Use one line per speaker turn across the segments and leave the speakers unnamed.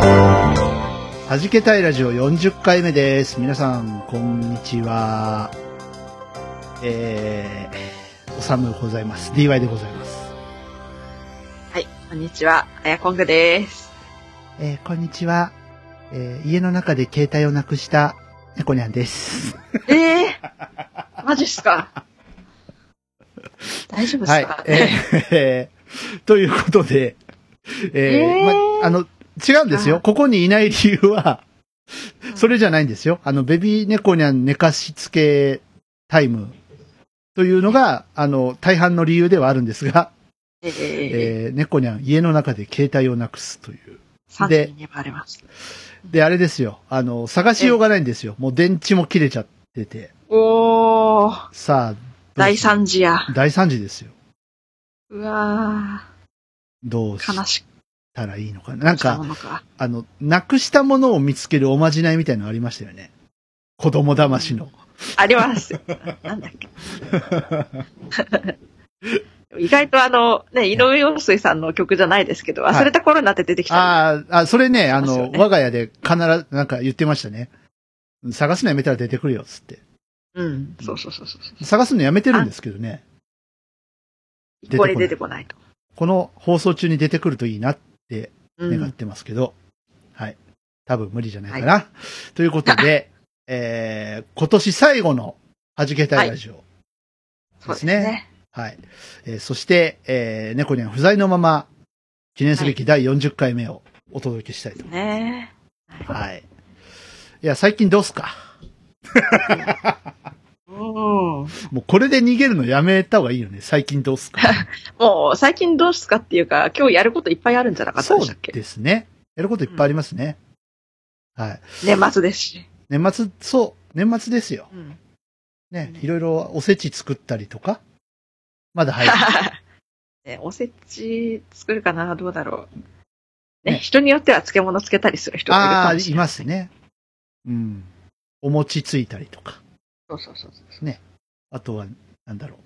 はじけたいラジオ40回目です。皆さん、こんにちは。えー、おさむございます。DY でございます。
はい、こんにちは。あやこんぐです。
えー、こんにちは。えー、家の中で携帯をなくした、猫にゃんです。
ええ ー、マジっすか大丈夫っ
は
す
い
か、。
えーえー ということで、えー
えー
ま、あの、違うんですよ。
あ
ここにいない理由 は、それじゃないんですよ。あの、ベビー猫にゃん寝かしつけタイムというのが、あの、大半の理由ではあるんですが、
えー、えー、
えー猫にゃん、家の中で携帯をなくすという。
3
で
人にバれました。
で、あれですよ。あの、探しようがないんですよ。もう電池も切れちゃってて。
おー、
さあ、どう
大
する
惨事や。
大惨事ですよ。
うわ
どうし
ー、悲しく
たらいいのかな。なん
した
か
も、のか。
あの、なくしたものを見つけるおまじないみたいなのありましたよね。子供騙しの。
あります。なんだ っけ。意外とあの、ね、井上陽水さんの曲じゃないですけど、
はい
忘れた頃になって出てきた。
ああ、あ、それね、あ
ます
の、
よね
我が家で必ず、なんか言ってましたね。探すのやめたら出てくるよ、つって。
うん、そうそうそうそうそ
探すのやめてるんですけどね。
う。これ出てこないと。
この放送中に出てくるといいな
う
願っ
ん。
てますけど、はい。多分無理じゃないかな。ということで、えー、今年最後の弾けたいラジオ。
そうです
です
ね。
はい。えーそして、えー、猫には不在のまま、記念すべき第40回目をお届けしたいと。
ね
はい。い、や、最近どうっすか
うん。
もうこれで逃げるのやめた方がいいよね。最近どうっすか
もう最近どうすかっていうか、今日やることいっぱいあるんじゃなかった
そう
でしたっけ
ですね。やることいっぱいありますね。はい。
年末ですし。
年末、そう、年末ですよ。
うん。
ね、
うん
いろいろおせち作ったりとか、まだ入 る。
ね、おせち作るかなどうだろう。ね、
ね
人によっては漬物つけたりする人もいる
あ
か
あー、
もし
い
れない。
ますね。うん。お餅ついたりとか。
そうそうそうそ
あとは、なんだろ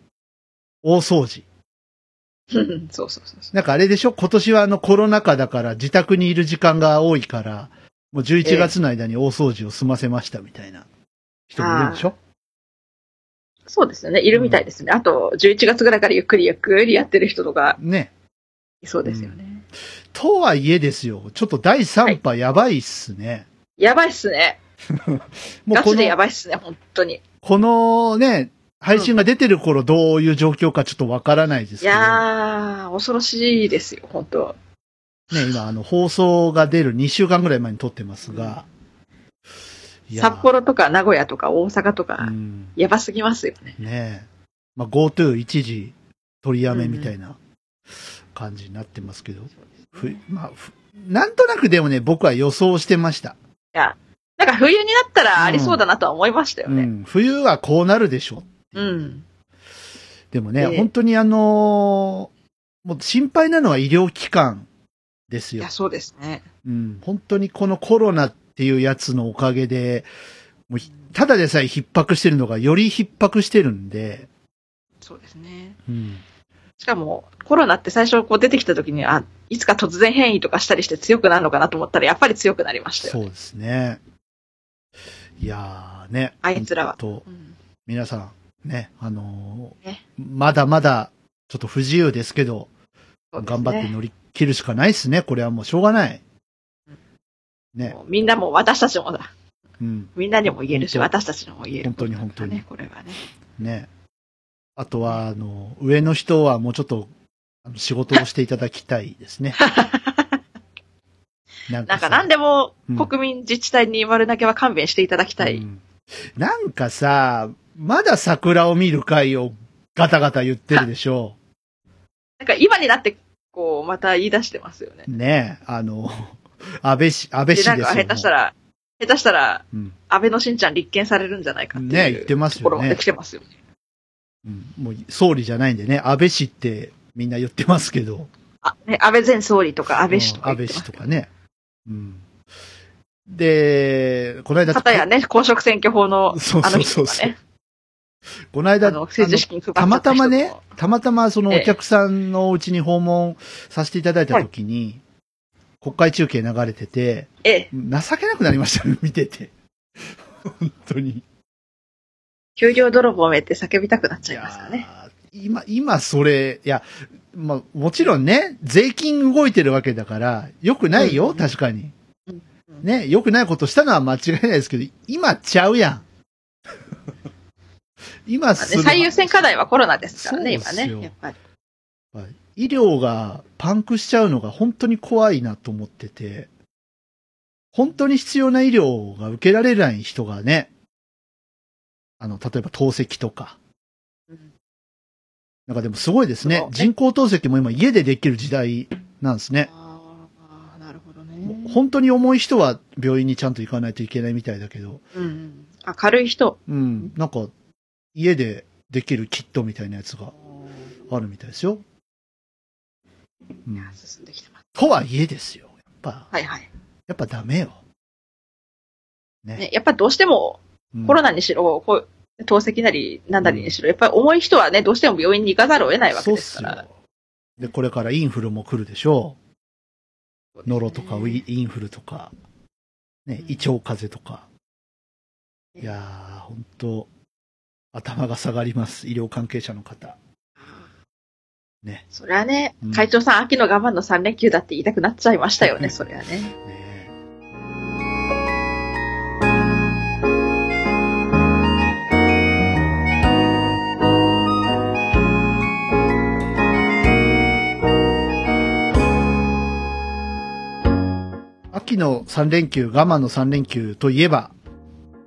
う。大掃除。
う。うんそうそうそうそう。
なんかあれでしょ今年はあのコロナ禍だから自宅にいる時間が多いから、もう11月の間に大掃除を済ませましたみたいな人もいるでしょ、
そうですよね。いるみたいですね。あと、11月ぐらいからゆっくりゆっくりやってる人とか
ね。
いそうですよね。
とはいえですよ、ちょっと第3波やばいっすね。
やばいっすね。
も
ガ
こ
チでや
の、
ばいっすね、本当に。
このね、配信が出てる頃どういう状況かちょっとわからないです
い
けど。
やー、恐ろしいですよ、本当
ね、今、あの、放送が出る2週間ぐらい前に撮ってますが、いや
札幌とか名古屋とか大阪と
う
か、
ん、
やばすぎますよね。
ねえ。まあ、GoTo 一時取りやめみたいな感じになってますけど、ふまあふなんとなくでもね、僕は予想してました。
なんか冬になったらありそうだなとは思いましたよ
う
ね。
ん、冬はこうなるでしょう。
うん。
でもね、
ええ
本当にあのーもう心配なのは医療機関です
い
よ
や、。そうですね。
うん、本当にこのコロナっていうやつのおかげで、もうひただでさえ逼迫してるのがより逼迫してるんで、
そうですね。
うん、
しかも、コロナって最初こう出てきた時に、あ、いつか突然変異とかしたりして強くなるのかなと思ったら、やっぱり強くなりましたよ。
そうですね。いやーね。
あいつらは
ほんと
うん
皆さん、ね、あのー
ね
まだまだ、ちょっと不自由ですけど、
そうです
頑
ね
張って乗り切るしかないですね。これはもうしょうがない。ね、
もうみんなも、私たちもだ。
うん、
みんなにも言えるし、
本
私たちにも言える。
本当に本当に
ね、これはね。
ね。あとは、あの、上の人はもうちょっと、あの仕事をしていただきたいです ね。なん
な
さ
んか何でも
うん
国民自治体に言われなけは勘弁していただきたい。
うんなんかさ、まだ桜を見る会をガタガタ言ってるでしょ
なんか今になって、こう、また言い出してますよね。
ねえ、あの、安倍氏、安倍
で、
氏
なん
で
か
す
下
よ。
手したら、下手したら、
もううん
安倍のしんちゃん立件されるんじゃないかって
ねえ
い
言
う
ってます
ところ
よ
まで
ね
来。てますよね。
うんもう総理じゃないんでね、安倍氏ってみんな言ってますけど。
あね、安倍前総理とか安倍氏と
う
か
ん安倍
言ってま
氏
す
と。かね。うん。で、この間、
片やね、公職選挙法の、
そう
あ
そ
の
うそう
人とか
そう
ね、。
この間、
あの、政治資金配っちゃ
た
った
ま
人
た
とか
まね、たまたまその
ええ
お客さんのうちに訪問させていただいた時に、国会中継流れてて、
ええ、
情けなくなりましたね、見てて。本当に。
給料泥棒めって叫びたくなっちゃいますか
い
ね。
やー今、今それ、いや、まあ、もちろんね、税金動いてるわけだから、良くないよ、
うん
確かに
うん。うん
ね、良くないことしたのは間違いないですけど、今ちゃう やん。今
まあ
す
ね
る
最優先課題はコロナですからね、
そう
今
ですよ
ね。やっぱり。
医療がパンクしちゃうのが本当に怖いなと思ってて、本当に必要な医療が受けられない人がね、あの、例えば透析とか、
うん
なんかでもすごいですね。
そうね
人工透析も今家でできる時代なんですね。
ああ、なるほど
もう
ね。
本当に重い人は病院にちゃんと行かないといけないみたいだけど、
うん。明るい人。
うん、なんか家でできるキットみたいなやつがあるみたいですよ。うん、
進んできてます。
とはいえですよ。やっぱ、
はいはい。
やっぱダメよ。
ね、やっぱどうしても、
うん
コロナにしろ、こう、透析なり、なんだりにしろ、やっぱり重い人はね、どうしても病院に行かざるを得ないわけですから。
そうっすよ。で、これからインフルも来るでしょう。ノロとかウイインフルとか、ね
う、ん
胃腸風邪とか。
ね
いやー、ほんと、頭が下がります。医療関係者の方。ね。
それはね
うん、
会長さん、秋の我慢の3連休だって言いたくなっちゃいましたよね、それはね。
ね秋の3連休、我慢の3連休といえば、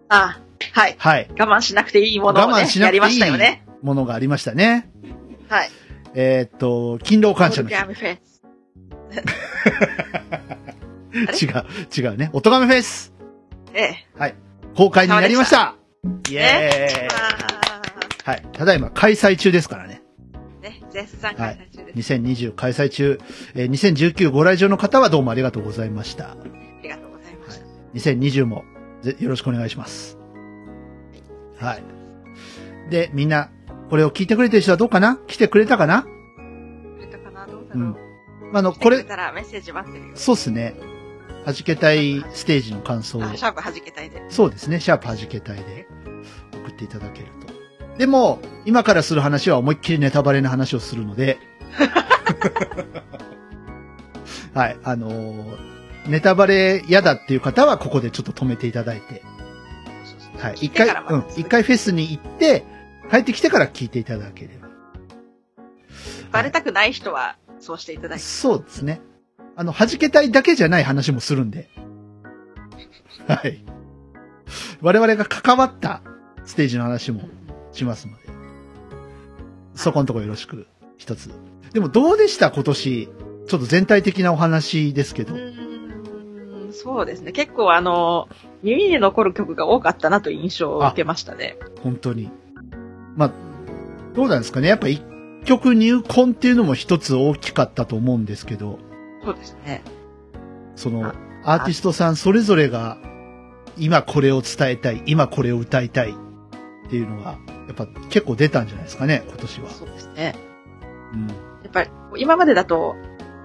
ああはい。
はい、
我慢しなくていいものを
我慢
ね、
しなく
や
てい
り
い
ましたよね。
ものがありましたね。
はい。
えーっと、勤労感謝の
オル
日。
ガムフェス。ム
違う、違うね。おとがめフェス
ええ。
公開になりましたイエー
ね
イ、
ま
はい。ただいま開催中ですからね。
あ、ね、絶賛開催中です。
2020開催中、えー2019ご来場の方はどうもありがとうございました。
ありがとうございました。
2020もぜよろしくお願いします。はい。で、みんな、これを聞いてくれてる人はどうかな来てくれたかな
くれたかなどうだ
う
ろ
ん
う。
あの、
来て
こ
くれ
れ、
たらメッセージ待ってるよ。
そうっすね。弾けたいステージの感想を
あ、シャープ弾けたいで。
そうですね。シャープ弾けたいで送っていただけると。でも、今からする話は思いっきりネタバレの話をするの で。はい。あのーネタバレ嫌だっていう方はここでちょっと止めていただいて。はい。
聞
一
いて
回
から、
うん
ま。た
一回フェスに行って、帰ってきてから聞いていただければ。
バレたくない人は、そうしていただき
そうですね。あの、弾けたいだけじゃない話もするん で。はい。我々が関わったステージの話もしますので。そこのとこよろしく、一つ。でもどうでした今年。ちょっと全体的なお話ですけ
う
ど。
ーん、そうですね。結構あの、耳に残る曲が多かったなという印象を受けましたね。
本当に。まあ、どうなんですかね。やっぱ一曲入魂っていうのも一つ大きかったと思うんですけど、
そうですね。
そ
あ
の、アーティストさんそれぞれが、今これを伝えたい、今これを歌いたいっていうのが、やっぱ結構出たんじゃないですかね、今年は。
そうですね。
うん。
やっぱり、今までだと、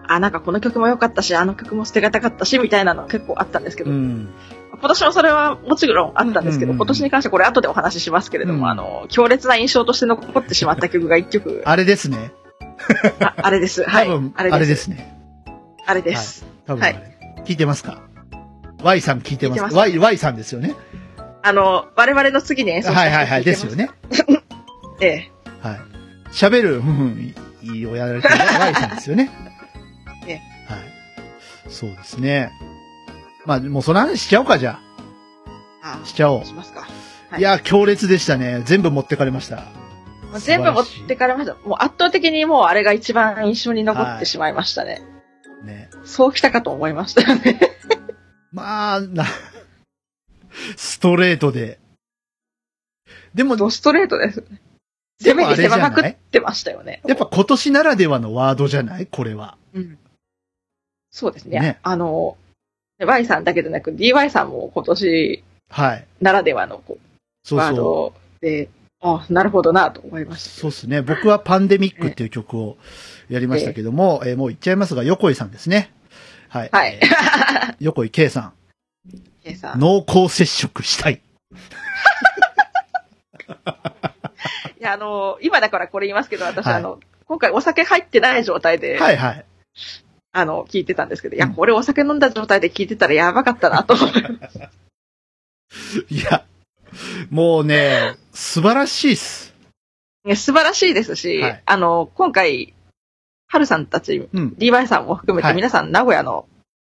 あ、なんかこの曲も良かったし、あの曲も捨てがたかったし、みたいなのは結構あったんですけど、
うん。
今年もそれはもちろんあったんですけ
うんうん
ど、
うん
今年に関してこれ後でお話ししますけれども、
うん
あの、強烈な印象として残ってしまった曲が一 曲、
あれですね。
ああれです。は
多
い
分、。
あれ
あれ
で。
ですすね。
あれです。
多分あれ、
は
聞いてますか ?Y さん聞いてます
聞いてま
y, ?Y さんですよね。
あの、我々の次に演奏した
はいはいはい。
人聞
で
いてます
よね。
ええ。
はい。喋る、うん、いい親やられてる Y さんですよね。
ね
はい。そうですね。まあ、もうその話しちゃおうか、じゃ
あ
あ。しちゃおう
あ、。しますか。はい
いや、強烈でしたね。全部持ってかれました。
もう全部持ってかれました。もう圧倒的にもうあれが一番印象に残っ
はい
てしまいましたね。
ね。
そうきたかと思いましたよね。
まあ、な、ストレートで。でも、
ドストレートです。
で
攻め
もあ
に
れじ
攻
ゃ
めまく
な
っ
い
てましたよね。
やっぱ今年ならではのワードじゃないこれは。
うんそうですね。
ね
あの、Y さんだけでなく DY さんも今年
はい。
ならではのこう
そう
ワー
そう。
ドで、あなるほどなと思いました。
そうですね。僕はパンデミックっていう曲をやりましたけども、えーもう言っちゃいますが、横井さんですね。はい。
はい
えー横井圭さ
K さ
ん、
ん。い
濃厚接触したい。
や、あの、今だからこれ言いますけど、私、
はい
あの、今回お酒入ってない状態で、
はいはい。
あの、聞いてたんですけど、いや、
うん
これお酒飲んだ状態で聞いてたらやばかったなと思いま
いや、もうね、素晴らしいっす。
す ね素晴らしいですし、
はい
あの、今回、ハルさんたち、
うん。
DY さんも含め
は
て
い
皆さん名古屋の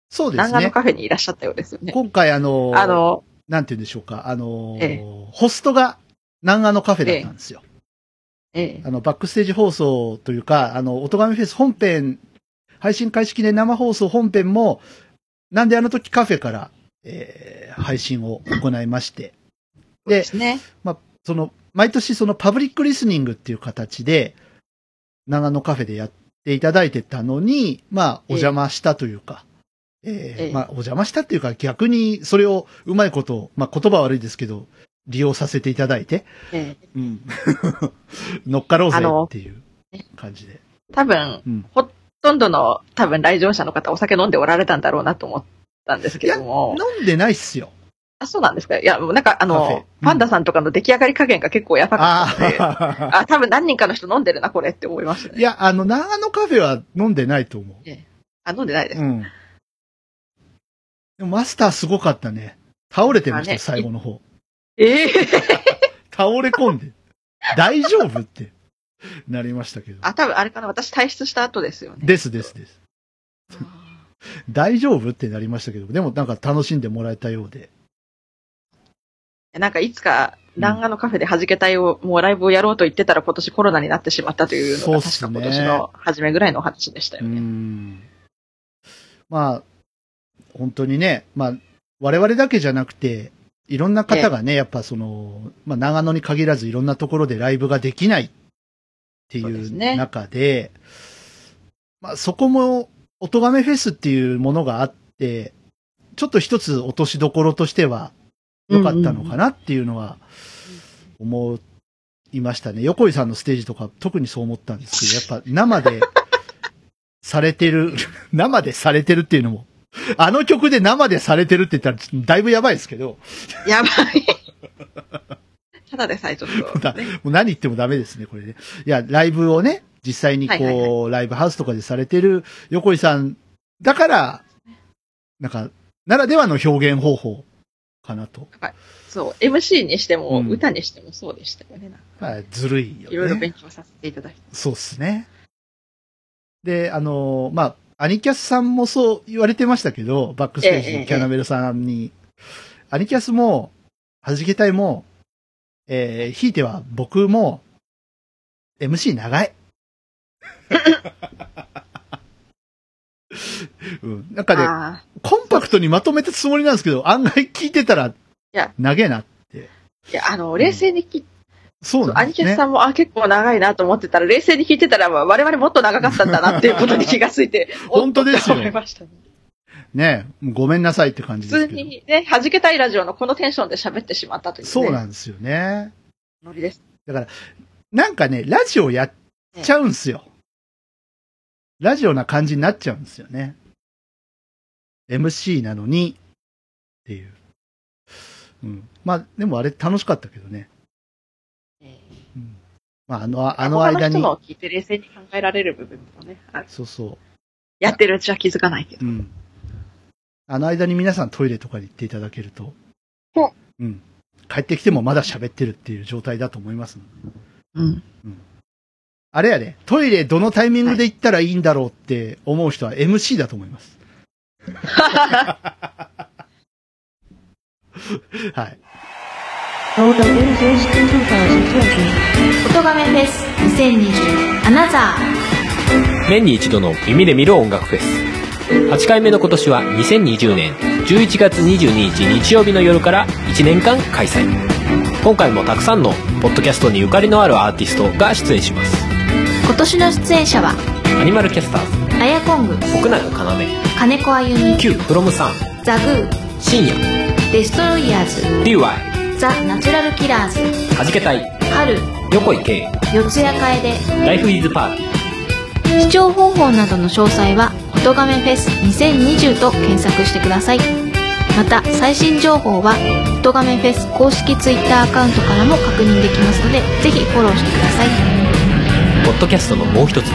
そうです
南岸の
ね。
カフェにいらっしゃったようですよね。
今回あのー
あの、
なんて言うんでしょうか、あのー
え
ホストが南アのカフェだったんですよ。
ええ、
あの、バックステージ放送というか、あの、おとがめフェス本編、配信開始記念生放送本編も、なんであの時カフェから、えー配信を行いまして、
そうですね。
その、毎年そのパブリックリスニングっていう形で、長野カフェでやっていただいてたのに、まあ、お邪魔したというか、えー
ええ
まあ、お邪魔したっていうか、逆にそれをうまいことを、まあ、言葉悪いですけど、利用させていただいて、
ええ
うん。 乗っかろうぜ
あの
っていう感じで。
多分、
うん
ほとんどの多分来場者の方お酒飲んでおられたんだろうなと思ったんですけども。
飲んでないっすよ。
あ、そうなんですかいや、もうなんかあ
カフェうん
の、パンダさんとかの出来上がり加減が結構やばかったので、あ
あ
多分何人かの人飲んでるな、これって思いまし
あ。
た
い
ね。
や、あの、長野カフェは飲んでないと思
あ、飲んでないで
う。
す。
うん。でもマスターすごかったね。倒れてました、
あね
最後の方。
ええ
倒れ込んで。 大丈夫ってなりましたけど。
あ、多分あれかな、私退出した後ですよね。
ですですです。 大丈夫ってなりましたけど、でもなんか楽しんでもらえたようで。
なんかいつか、南アのカフェで弾けたいを、もうライブをやろうと言ってたら今年コロナになってしまったというの
そうっ
が、
す
確
ね
か今年の初めぐらいのお話でしたよ
う
ね。
んまあ、本当にね、まあ、我々だけじゃなくて、いろんな方がね、やっぱその、まあ、長野に限らずいろんなところでライブができないってい
そうです
う
ね
中で、まあ、そこも、おとがめフェスっていうものがあって、ちょっと一つ落としどころとしては良かったのかなっていうのは思いましたね。横井さんのステージとか特にそう思ったんですけど、やっぱ生でされてる、生でされてるっていうのも、あの曲で生でされてるって言ったらだいぶやばいですけど、
やばい。ただでさえちょっ と、ね。
もう何言ってもダメですね、これね。いや、ライブをね、実際にこう、
はいはい
ライブハウスとかでされてる横井さんだから、なんか、ならではの表現方法かなと。
そう、MC にしても、
うん
歌にしてもそうでしたよね。なんか
まあずるいよね。
いろいろ勉強させていただいて。
そうっすね。で、あのーまあ、アニキャスさんもそう言われてましたけど、バックステージ
え
の
え
キャナメルさんに、アニキャスも、弾けたいも、えー、ひいては僕も、MC 長 い。うん、なんかね、
ああ、
コンパクトにまとめたつもりなんですけど、案外聞いてたら
や、
長えな。
いや、あの、冷静に聞い
そうな
ア
んで
ニ
す
キ
ね。
ャスさんも、あ、結構長いなと思ってたら、冷静に聞いてたら、まあ我々もっと長かったんだなっていうことに気がついて、
本当ですよ
おっとって思いましたね
ね、ごめんなさいって感じ
普
です
通
けど。
にね、弾けたいラジオのこのテンションで喋ってしまったという、ね、
そうなんですよね。
ノリです。
なんかね、ラジオやっちゃうんすよ。ラジオな感じになっちゃうんですよね。MC なのに、っていう。うん。まあ、でもあれ楽しかったけどね。うん、まあ、あの、あの間
他
に
の人の、を聞いて冷静に考えられる部分もね、ある
そうそ
やってるうちは気づかないけど。
う。うん。あの間に皆さんトイレとかに行っていただけると
お、
うん。帰ってきてもまだ喋ってるっていう状態だと思いますので
うん。
あれやで、トイレどのタイミングで行ったらいいんだろうって思う人は MC だと思い ます。はい。
Total Music 2020.
音がめフェス2020アナザ
年に一度の耳で見る音楽フェス8回目の今年は2020年11月22日日曜日の夜から1年間開催今回もたくさんのポッドキャストにゆかりのあるアーティストが出演します
ー今年の出演者は
アニマルキャスターズ
アヤコング
奥永要
金子あゆみ
Q フロムサン
ザグー
深夜
デストロイヤー
DY
ズザ・ナチュラルキラーズ
はじけたい
春
横井圭
四谷楓
ライフイズパーティー
視聴方法などの詳細は「音がめフェス2020」と検索してくださいまた最新情報は「音がめフェス」公式 Twitter アカウントからも確認できますのでぜひフォローしてください
ポッドキャストのもう一つの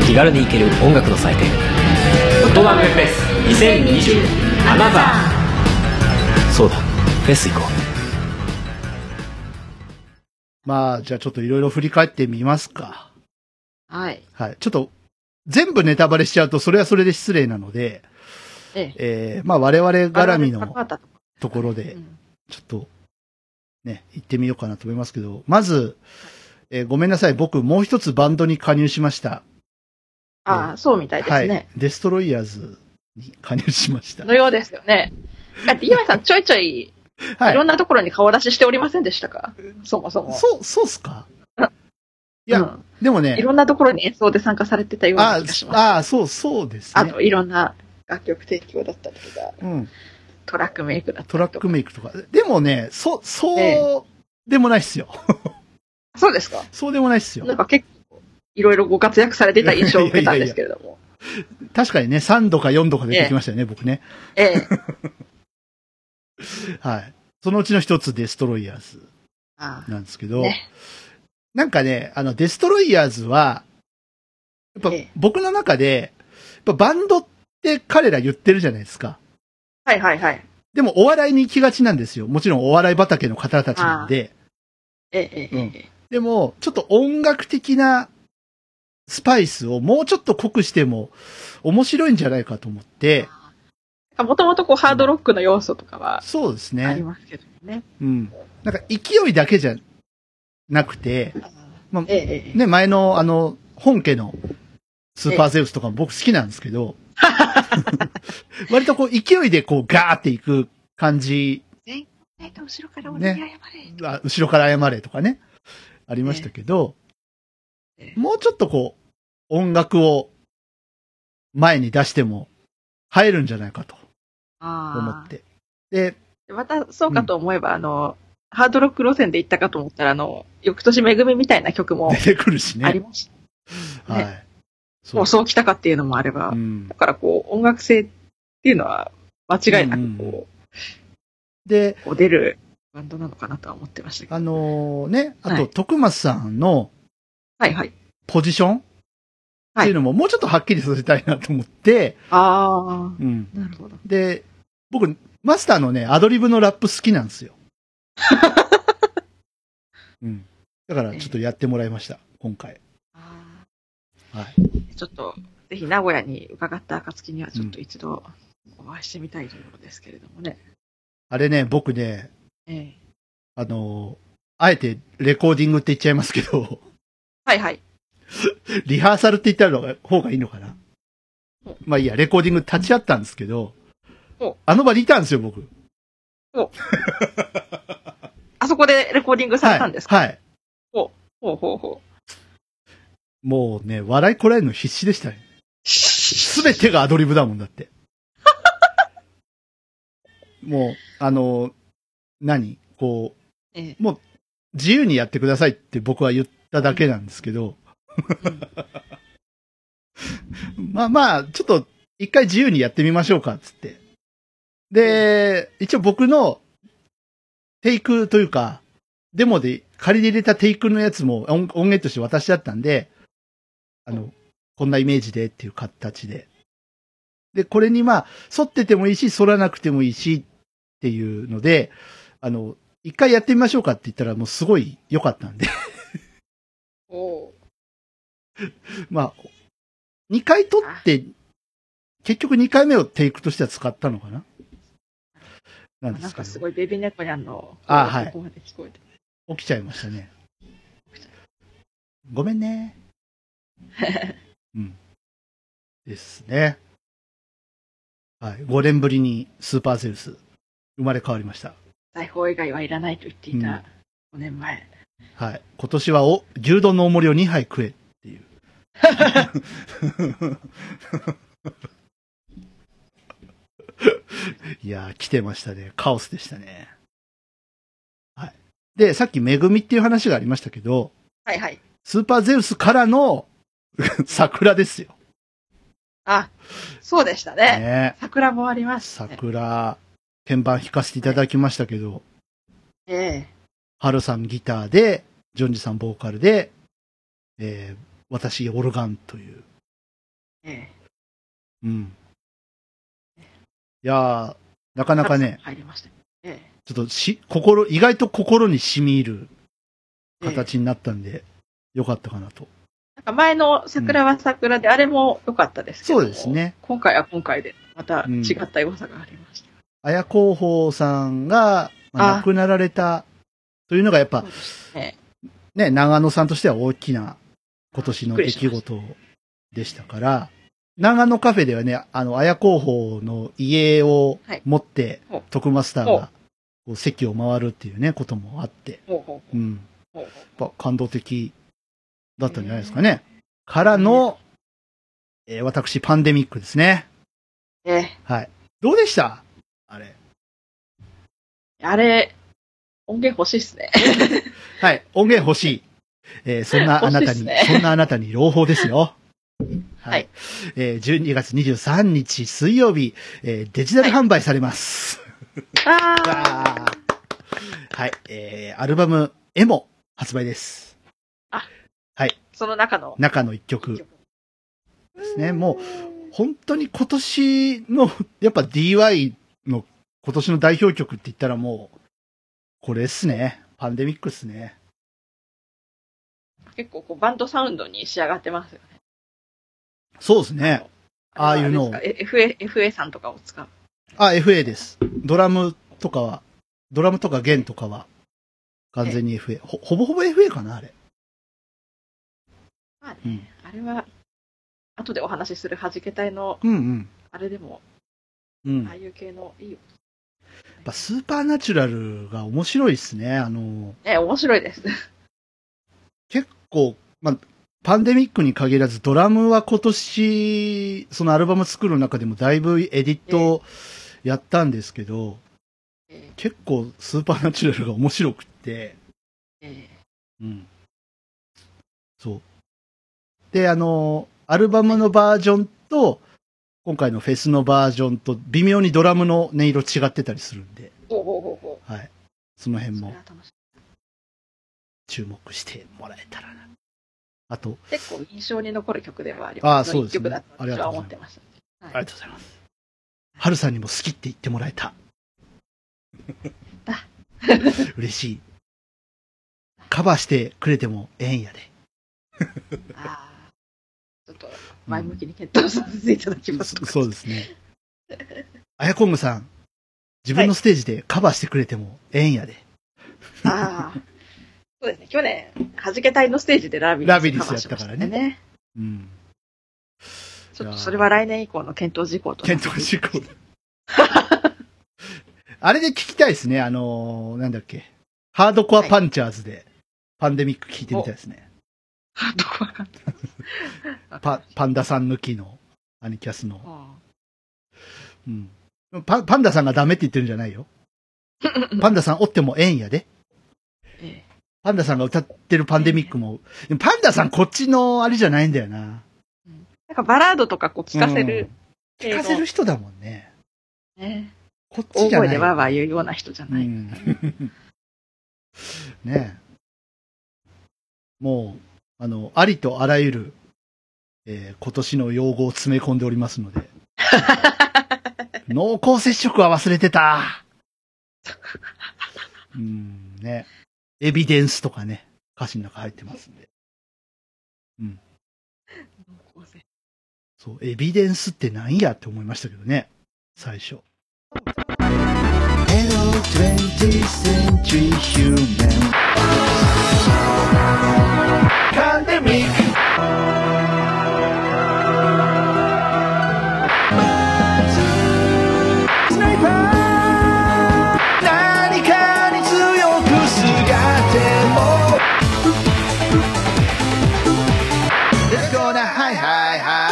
顔気軽に行ける音楽の祭典音豆フェス2020アナザーそうだフェス行こう
まあ、じゃあちょっといろいろ振り返ってみますか。
はい。
はい。ちょっと、全部ネタバレしちゃうと、それはそれで失礼なので、
ええ。
えー、まあ我々絡み
あれ関
の
わったと
ところ
う
で、
ん
ちょっと、ね、行ってみようかなと思いますけど、まず、えーごめんなさい、僕もう一つバンドに加入しました。
ああ、そうみたいです
はい
ね。。
デストロイヤーズに加入しました。
のようですよね。だって、今井さんちょいちょい、
はい
ろんなところに顔出ししておりませんでしたかそもそも。
そう、そうっすかいや、
うん
でもね、
いろんなところに演奏で参加されてたよう
あ
な気がします。
ああ、そう、そうです
あ
ね。
と、いろんな楽曲提供だったりとか、
うん。
トラックメイクだったりとか。
トラックメイクとか。でもね、そ、そう、
え
でもないっすよ。
そうですか
そうでもないっすよ
なん。か結構、いろいろご活躍されてた印象を受けたんですけれども。
確かにね、3度か4度か出てきましたよね、僕ね。
ええ。
はい。そのうちの一つ、デストロイヤーズ
ああ
なんですけど、
ね
なんかね、あの、デストロイヤーズは、やっぱ
ええ
僕の中で、やっぱバンドって彼ら言ってるじゃないですか。
はいはいはい。
でもお笑いに行きがちなんですよ。もちろんお笑い畑の方たちなんで。
ええええええ。
でも、ちょっと音楽的なスパイスをもうちょっと濃くしても面白いんじゃないかと思って、
もともとこう、ハードロックの要素とかは
そうです
あり
ね。
ますけどね。
うん。なんか勢いだけじゃなくて、まあ
ええええ。
ね、前のあの、本家のスーパーゼウスとかも僕好きなんですけ ど、割とこう勢いでこうガーっていく感じ
えと後ろから俺に謝れ。
あ後ろから謝れとかね、ありましたけど、
ええ
もうちょっとこう、音楽を前に出しても入るんじゃないかと思
あ
っ
あ。
て。で、
また、そうかと思えば、あの、ハードロック路線で行ったかと思ったら、あの、翌年めぐみみたいな曲も
出てくるし
あり
ね。
ました。ね
はい。
もうそうきたかっていうのもあれば、
うん
だからこう、音楽性っていうのは間違いなくこう、
うんで、
こう出るバンドなのかなとは思ってましたけど。
あのね、あ
は
と、
い
徳松さんの
はいはい。
ポジションっていうのももうちょっとはっきりさせたいなと思って、
あ
うん
あ、なるほど。
で、僕、マスターのね、アドリブのラップ好きなん ですよ。うん。だから、ちょっとやってもらいました、今回。
あ
は
ーちょっと、ぜひ名古屋に伺った暁には、ちょっと一度お会いしてみたいところですけれどもね。
あれね、僕ね、
ええ
あのーあえてレコーディングって言っちゃいますけど、
はいはい。
リハーサルって言ったのが方がいいのかな。まあいいや、レコーディング立ち会ったんですけど
お、
あの場にいたんですよ、僕。
あそこでレコーディングされたんですか、
はい。はい。
ほうほうほう。
もうね、笑いこらえるの必死でしたね。すべてがアドリブだもんだって。 もう、あの、何こ
ええ
う、もう、自由にやってくださいって僕は言っただけなんですけど。 まあまあ、ちょっと、一回自由にやってみましょうか、つって。で、一応僕の、テイクというか、デモで仮に入れたテイクのやつも音音源として私だったんで、あの、こんなイメージでっていう形で。で、これにまあ、反っててもいいし、反らなくてもいいしっていうので、あの、一回やってみましょうかって言ったらもうすごい良かったんで、
お
まあ、二回撮って、結局二回目をテイクとしては使ったのかななんで
なん
すか
かすごいベビー猫にゃんの、
あはい
ここまで聞こえて。
起きちゃいましたね。ごめんね。うん。ですね。はい。5年ぶりにスーパーゼウス、生まれ変わりました。
財宝以外はいらないと言っていた5年前。
はい。今年はお、牛丼のおもりを2杯食えっていう。 いやー、来てましたね。カオスでしたね。はい。で、さっき、めぐみっていう話がありましたけど、
はいはい。
スーパーゼウスからの 桜ですよ。
あ、そうでしたね。
ね。
桜もあります、ね。
桜、鍵盤弾かせていただきましたけど、
ええ
ハルさんギターで、ジョンジさんボーカルで、えー、私オルガンという。
ええ
うん。いやー、なかなか ね、
入りました。ええ
ちょっとし、心、意外と心に染み入る
ええ
形になったんで、よかったかなと。
なんか前の桜は桜で、あれも良かったですけど、
そうですね。
今回は今回で、また違った良さがありました。
綾広報さんが、まあ
あ
亡くなられた、というのがやっぱ
そう、ですね。
ね、長野さんとしては大きな今年の
びっく
出来
りしまし
事でしたから、長野カフェではね、あの、綾候補の家を
はい
持って
ほう、
徳マスター
ほ
がこう席を回るっていうね、こともあって、
ほうほう
うん。
ほうほう。
やっぱ感動的だったんじゃないですかね。からの、えー私、パンデミックですね。
ええ
はい。どうでしたあれ。
あれ、音源欲しいっすね。
はい。音源欲しい。えーそんなあなたに、
欲しいっす
そんなあなたに朗報ですよ。は
はいい。
えー12月23日水曜日、えーデジタル販売されます。
あ
わ
あ
ー はい。えーアルバム、エモ、発売です。
その中の
中の一曲
一
で
曲。
すね。もう、本当に今年の、やっぱ DY の今年の代表曲って言ったらもう、これっすね。パンデミックっすね。
結構こうバンドサウンドに仕上がってますよね。
そうですね。ああいうのを
れですかえ FA, FA さんとかを使う。
あ、FA です。ドラムとかは、ドラムとか弦とかは、完全に FA。ほ、ほぼほぼ FA かな、あれ。
まあね、
うん
あれは、後でお話しする弾け隊の、
うんうん。
あれでも、
うん。
ああ
やっ
いう系のいいよ。
ぱスーパーナチュラルが面白いですね。あの、
ね、面白いです。
結構、まあ、パンデミックに限らず、ドラムは今年、そのアルバム作る中でもだいぶエディットをやったんですけど、
え
結構スーパーナチュラルが面白くって、
ええ
うん。そう。で、あの、アルバムのバージョンと、今回のフェスのバージョンと、微妙にドラムの音色違ってたりするんで、
えほうほうほうほ
はい。その
う。
辺
それ
も
は楽しい
注目してもらえたらな。あと、
結構印象に残る曲でもあり
ああ
ます。
そうですね
一曲だった私は思ってました。
ありがとうございます。はるさんにも好きって言ってもらえた
あ。
嬉しい。カバーしてくれてもええんやで。
ああちょっと前向きに検討させていただきます。
そそうですね。あやこんぐさん、自分のステージでカバーしてくれてもええんやで。
ああ。そうですね。去年、弾け隊のステージでラビリス
ラビリスやったからね
カバーしましたね
うん。
ちょっとそれは来年以降の検討事項と。
検討事項。 あれで聞きたいですね。あのーなんだっけ。ハードコアパンチャーズで、パンデミック聞いてみたいですね。
あどこわかんない。
パ、パンダさん抜きの、アニキャスの。
あ
うん。パパンダさんがダメって言ってるんじゃ ないよ。パンダさんおってもええんやで。
あええ
パンダさんが歌ってるパンデミックも。でもパンダさんこっちのあれじゃないんだよな。
なんかバラードとかこう聞かせる
うん。
系
聞
の。
かせる人だもんね。
ね
こっち
大
じゃ
声
ない。
でわーわー言うような人じゃ
う
ない。
ん。 ねえ。もう、あの、ありとあらゆる、えー今年の用語を詰め込んでおります ので。濃厚接触は忘れてた。うん、ね。エビデンスとかね、歌詞の中入ってますんで。
高校生
そう、エビデンスってなんやって思いましたけどね、最初。
「手の
20th century human pandemic スナイパー何かに強くすがっても Let's go now, hi, hi, hi.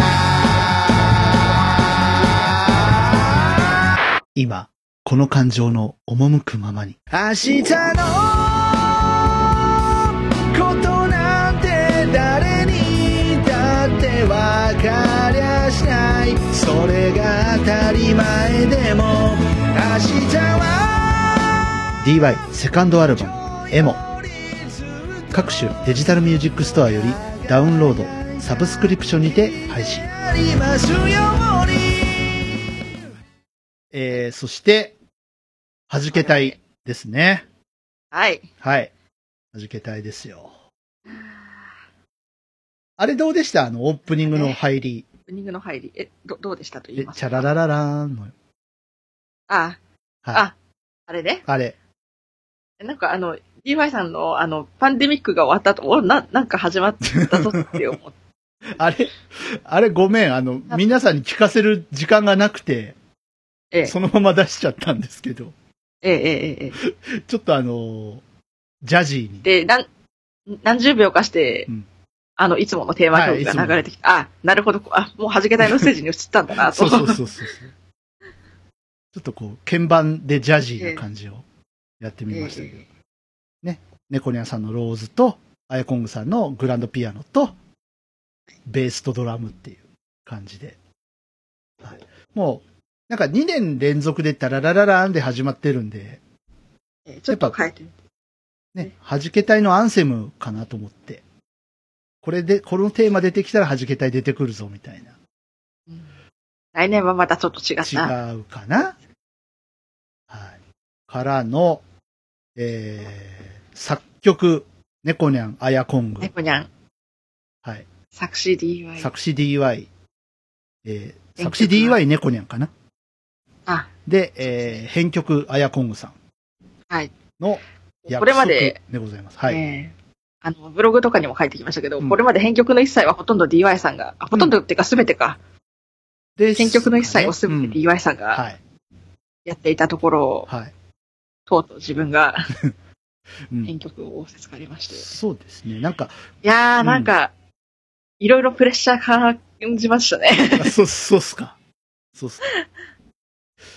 今、この感情の赴くままに。明日のことなんて誰にだってわかりゃしない。それが当たり前でも、明日は。DY セカンドアルバム、エモ。各種デジタルミュージックストアよりダウンロードサブスクリプションにて配信えー、そして弾けたいですね
はい。
はい弾けたいですよあれどうでしたあのオープニングの入り
オープニングの入り、え、ど、どうでしたと言
え
います
チャララララーンの
あ、
はい
ああれね。
あれ
なんかあの、DY さんのあの、パンデミックが終わったと、お、な、なんか始まったぞって 思って。
あれあれごめんあの皆さんに聞かせる時間がなくて
ええ、
そのまま出しちゃったんですけど
ええ、ええ、ええ。
ちょっとあのジャジーに
で、なん、何十秒かして、
うん
あの、いつものテーマ曲が流れてきて、あ、なるほど、あ、もう弾けたいのステージに移ったんだな、
そ
と。
うそうそうそうそう。ちょっとこう、鍵盤でジャジーな感じをやってみましたけど。
え
ね。猫ニャンさんのローズと、アヤコングさんのグランドピアノと、ベースとドラムっていう感じで。はい、もう、なんか2年連続でタララララーンで始まってるんで、
ええちょっと変えてみて。
ね、弾けたいのアンセムかなと思って。これで、このテーマ出てきたら弾けたい出てくるぞみたいな。
うん来年はまたちょっと違っ
違
た。
うかなはい。からの、えー、作曲、猫ニャン、アヤコング。
猫にゃん。
はい。
作詞 DY。
作詞 DY。えー、
編曲
作詞 DY 猫ニャンかな
あ、
で、えー、編曲、アヤコングさん。
はい。
の、
これまで、
でございます。はい。
えーあの、ブログとかにも書いてきましたけど、
うん
これまで編曲の一切はほとんど DY さんが、あほとんどっていうか全てか、
で
編曲の一切を
す
全
べ
て DY さんが
はい。
やっていたところを、
はい。
とうとう自分が
うん。
編曲を仰せつかりまして。
そうですね。なんか、
いや
う
ー、
ん
なんか、いろいろプレッシャー感じましたね。
あそう、そうっすか。そうっすか。
い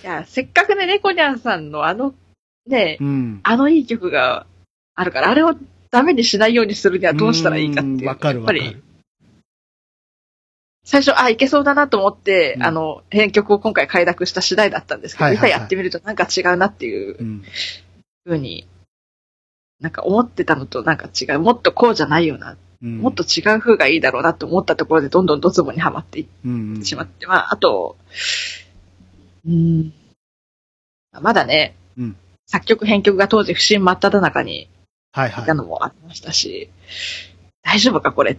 や、せっかくね、猫ニャンさんのあの、ね、
うん。
あのいい曲があるから、あれをダメにしないようにするにはどうしたらいいかってい
ん
う。
わかる
やっ
わ
ぱ
か
り
る。、
最初、あ、いけそうだなと思って、
うん
あの、編曲を今回快諾した次第だったんですけど、
はいはいはい
今やってみるとなんか違うなっていう
うん。
ふうに、なんか思ってたのとなんか違う。もっとこうじゃないよな。
うん
もっと違う風がいいだろうなと思ったところで、どんどんドツボにはまっていっ
うんうん
てしまって、まあ、あと、うん、まだね、
うん
作曲編曲が当時不審真っ只中に
はい
い
はい
た。のもありましたし、大丈夫かこれ。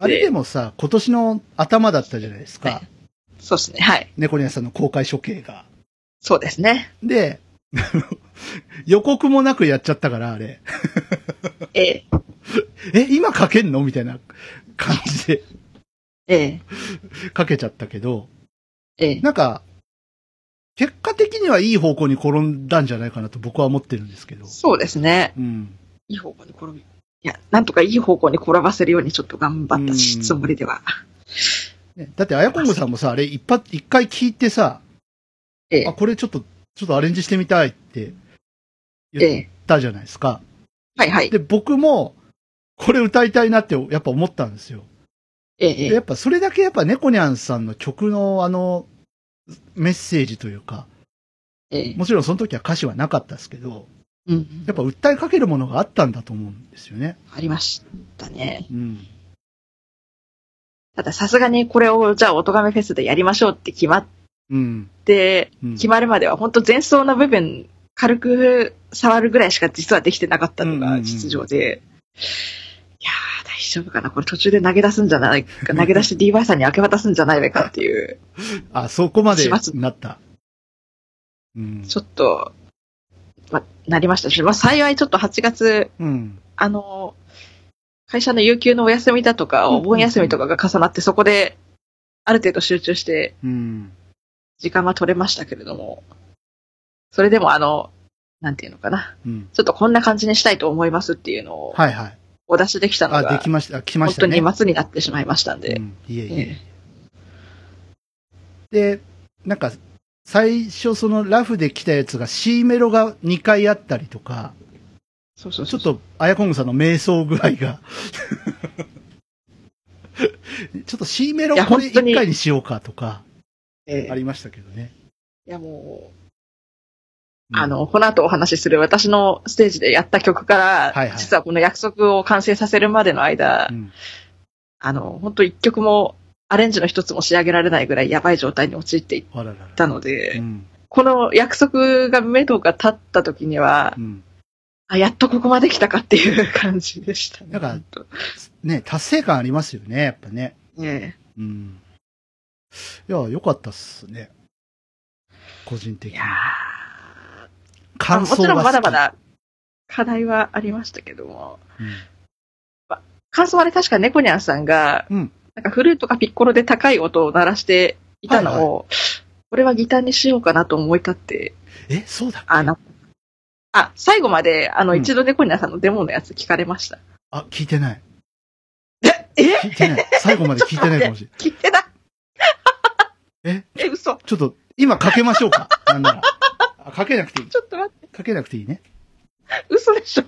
あれでもさ、今年の頭だったじゃないです
は
か
い。そうですね。はい。
猫ニャンさんの公開処刑が。
そうですね。
で、 予告もなくやっちゃったから、あれ。
ええ
え、今書けんのみたいな感じで
ええ
書けちゃったけど、
ええ、
なんか、結果的にはいい方向に転んだんじゃないかなと僕は思ってるんですけど。
そうですね。
うん。
いい方向に転び、いや、なんとかいい方向に転ばせるようにちょっと頑張った
う
し
ん
つもりでは。
ね、だって、あやこんぐさんもさ、あれ一発、一回聞いてさ、
ええ
あ、これちょっと、ちょっとアレンジしてみたいって
え
言っ
え、
たじゃないですか。
はいはい。
で、僕も、これ歌いたいなって、やっぱ思ったんですよ。
え
で
え、え
やっぱそれだけやっぱ猫ニャンさんの曲のあの、メッセージというか、
え、ええ
もちろんその時は歌詞はなかったですけど、
うん
やっぱ訴えかけるものがあったんだと思うんですよね。
ありましたね。
うん。
たださすがにこれをじゃあ音亀フェスでやりましょうって決まっ
うん。
て、
うん
決まるまでは本当前奏の部分軽く触るぐらいしか実はできてなかったの
うんうんう
が
ん
実情で、いやー大丈夫かなこれ途中で投げ出すんじゃないか、投げ出して DY さんに明け渡すんじゃないかっていう。
あ、そこまで
します
なった。うん。
ちょっと、はなりましたし、まあ、幸いちょっと8月、
うん。
あの、会社の有給のお休みだとか、
うん
お盆休みとかが重なって、そこで、ある程度集中して、
うん。
時間は取れましたけれども、それでもあの、なんていうのかな。
うん。
ちょっとこんな感じにしたいと思いますっていうのを、
はいはい。
お出しできたの
あ、で
が、
きました。あ来ま
本
した
当
ね。
に末になってしまいましたん
う
で。
んいえいえ。
え
で、なんか、最初そのラフで来たやつが C メロが2回あったりとか、
そうそう
ち
そ
ょ
う
っ。と、アヤコングさんの瞑想具合が、 ちょっと C メロ
いや
これ
本当に
1回にしようかとか、
ええ
ありましたけどね。
いやもう、
うん
あの、この後お話しする私のステージでやった曲から、
はいはい
実はこの約束を完成させるまでの間、
うん
あの、本当一曲もアレンジの一つも仕上げられないぐらいやばい状態に陥っていっ
あららら。
たので、
うん。
この約束が目処が立った時には
う、ん。
あ、やっとここまで来たかっていう感じでしたね。
なんか
本当
ね、達成感ありますよね、やっぱね。
え
うん。いや、良かったっすね。個人
え
的
い
に
や。ー
感
も
想
ち
が
ろ
好
ん
き
まだま。だ課題はありましたけども、
うん
感想はね、確か猫ニャンさんが、
うん
なんかフルートかピッコロで高い音を鳴らしていたのを、これはギターにしようかなと思い立って、
え、そうだっけ
あ、な、あ、最後まで、あの、
うん
一度猫ニャンさんのデモのやつ聞かれました。
あ、聞いてない。
え
聞いてない。 最後まで聞いてないかもしれ ない。
聞いてない
え
え、嘘。
ちょっと、今かけましょうか。なんなら。あかけなくていい。
ちょっと待って、
かけなくていい ね。
嘘でしょ。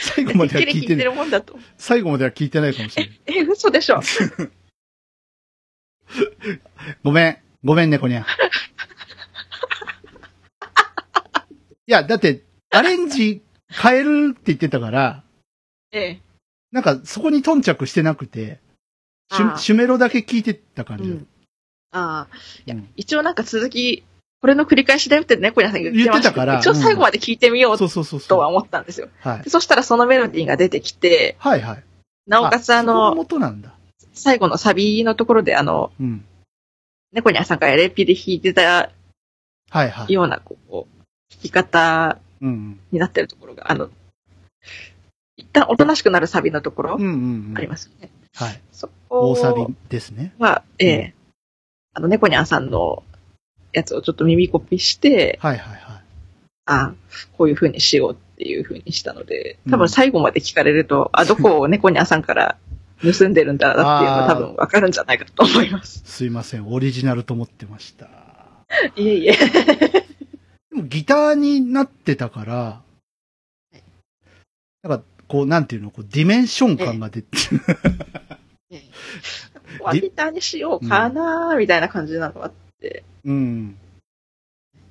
最後
て
ま
っ
では
きり
聞い
聞
て
い
な
て
い。
るもんだと。
最後までは聞いてないかもしれない。
え、嘘でしょ。
ごめん。ごめんね、こにゃ ん。いや、だって、アレンジ変えるって言ってたから、
え
なんかそこに頓着してなくて、シ
あ
ュ
あ
シュメロだけ聞いてた感
え。う
じだっ
ん。ああ。いや
うん
一応なんか続き、これの繰り返しだよって猫ニャンさん言ってま
言っ
し
たてた
けど
から
一応最後まで聞いてみよ
た。
う
そうそうそう
と
そ
は
う。
思ったんですよ。
はい
で。そしたらそのメロディーが出てきて、
はいはい。
なおかつあ
そこが
の、
元なんだ。
最後のサビのところであの、
うん。
猫ニャンさんが LP で弾いてた
はいはい。
ような、こう、弾き方
うん
になってるところが、あの、一旦おとなしくなるサビのところ
うん。う、んうんう
あり
ん。
ますよね。
はい。
そこ
大サビですね。
は、ええ
う
あの、猫ニャンさんのやつをちょっと耳コピして、
はいはいはい。
あこういう風にしようっていう風にしたので、多
うん
分最後まで聞かれると、あ、どこを猫ニャンさんから盗んでるんだなっていうの
あー
が多分わかるんじゃないかと思 います。
すいません。オリジナルと思ってました。
いえいえ。
でもギターになってたから、なんか、こう、なんていうの、こう、ディメンション感が出て、
ここはギターにしようかなーみたいな感じなのは、
うん。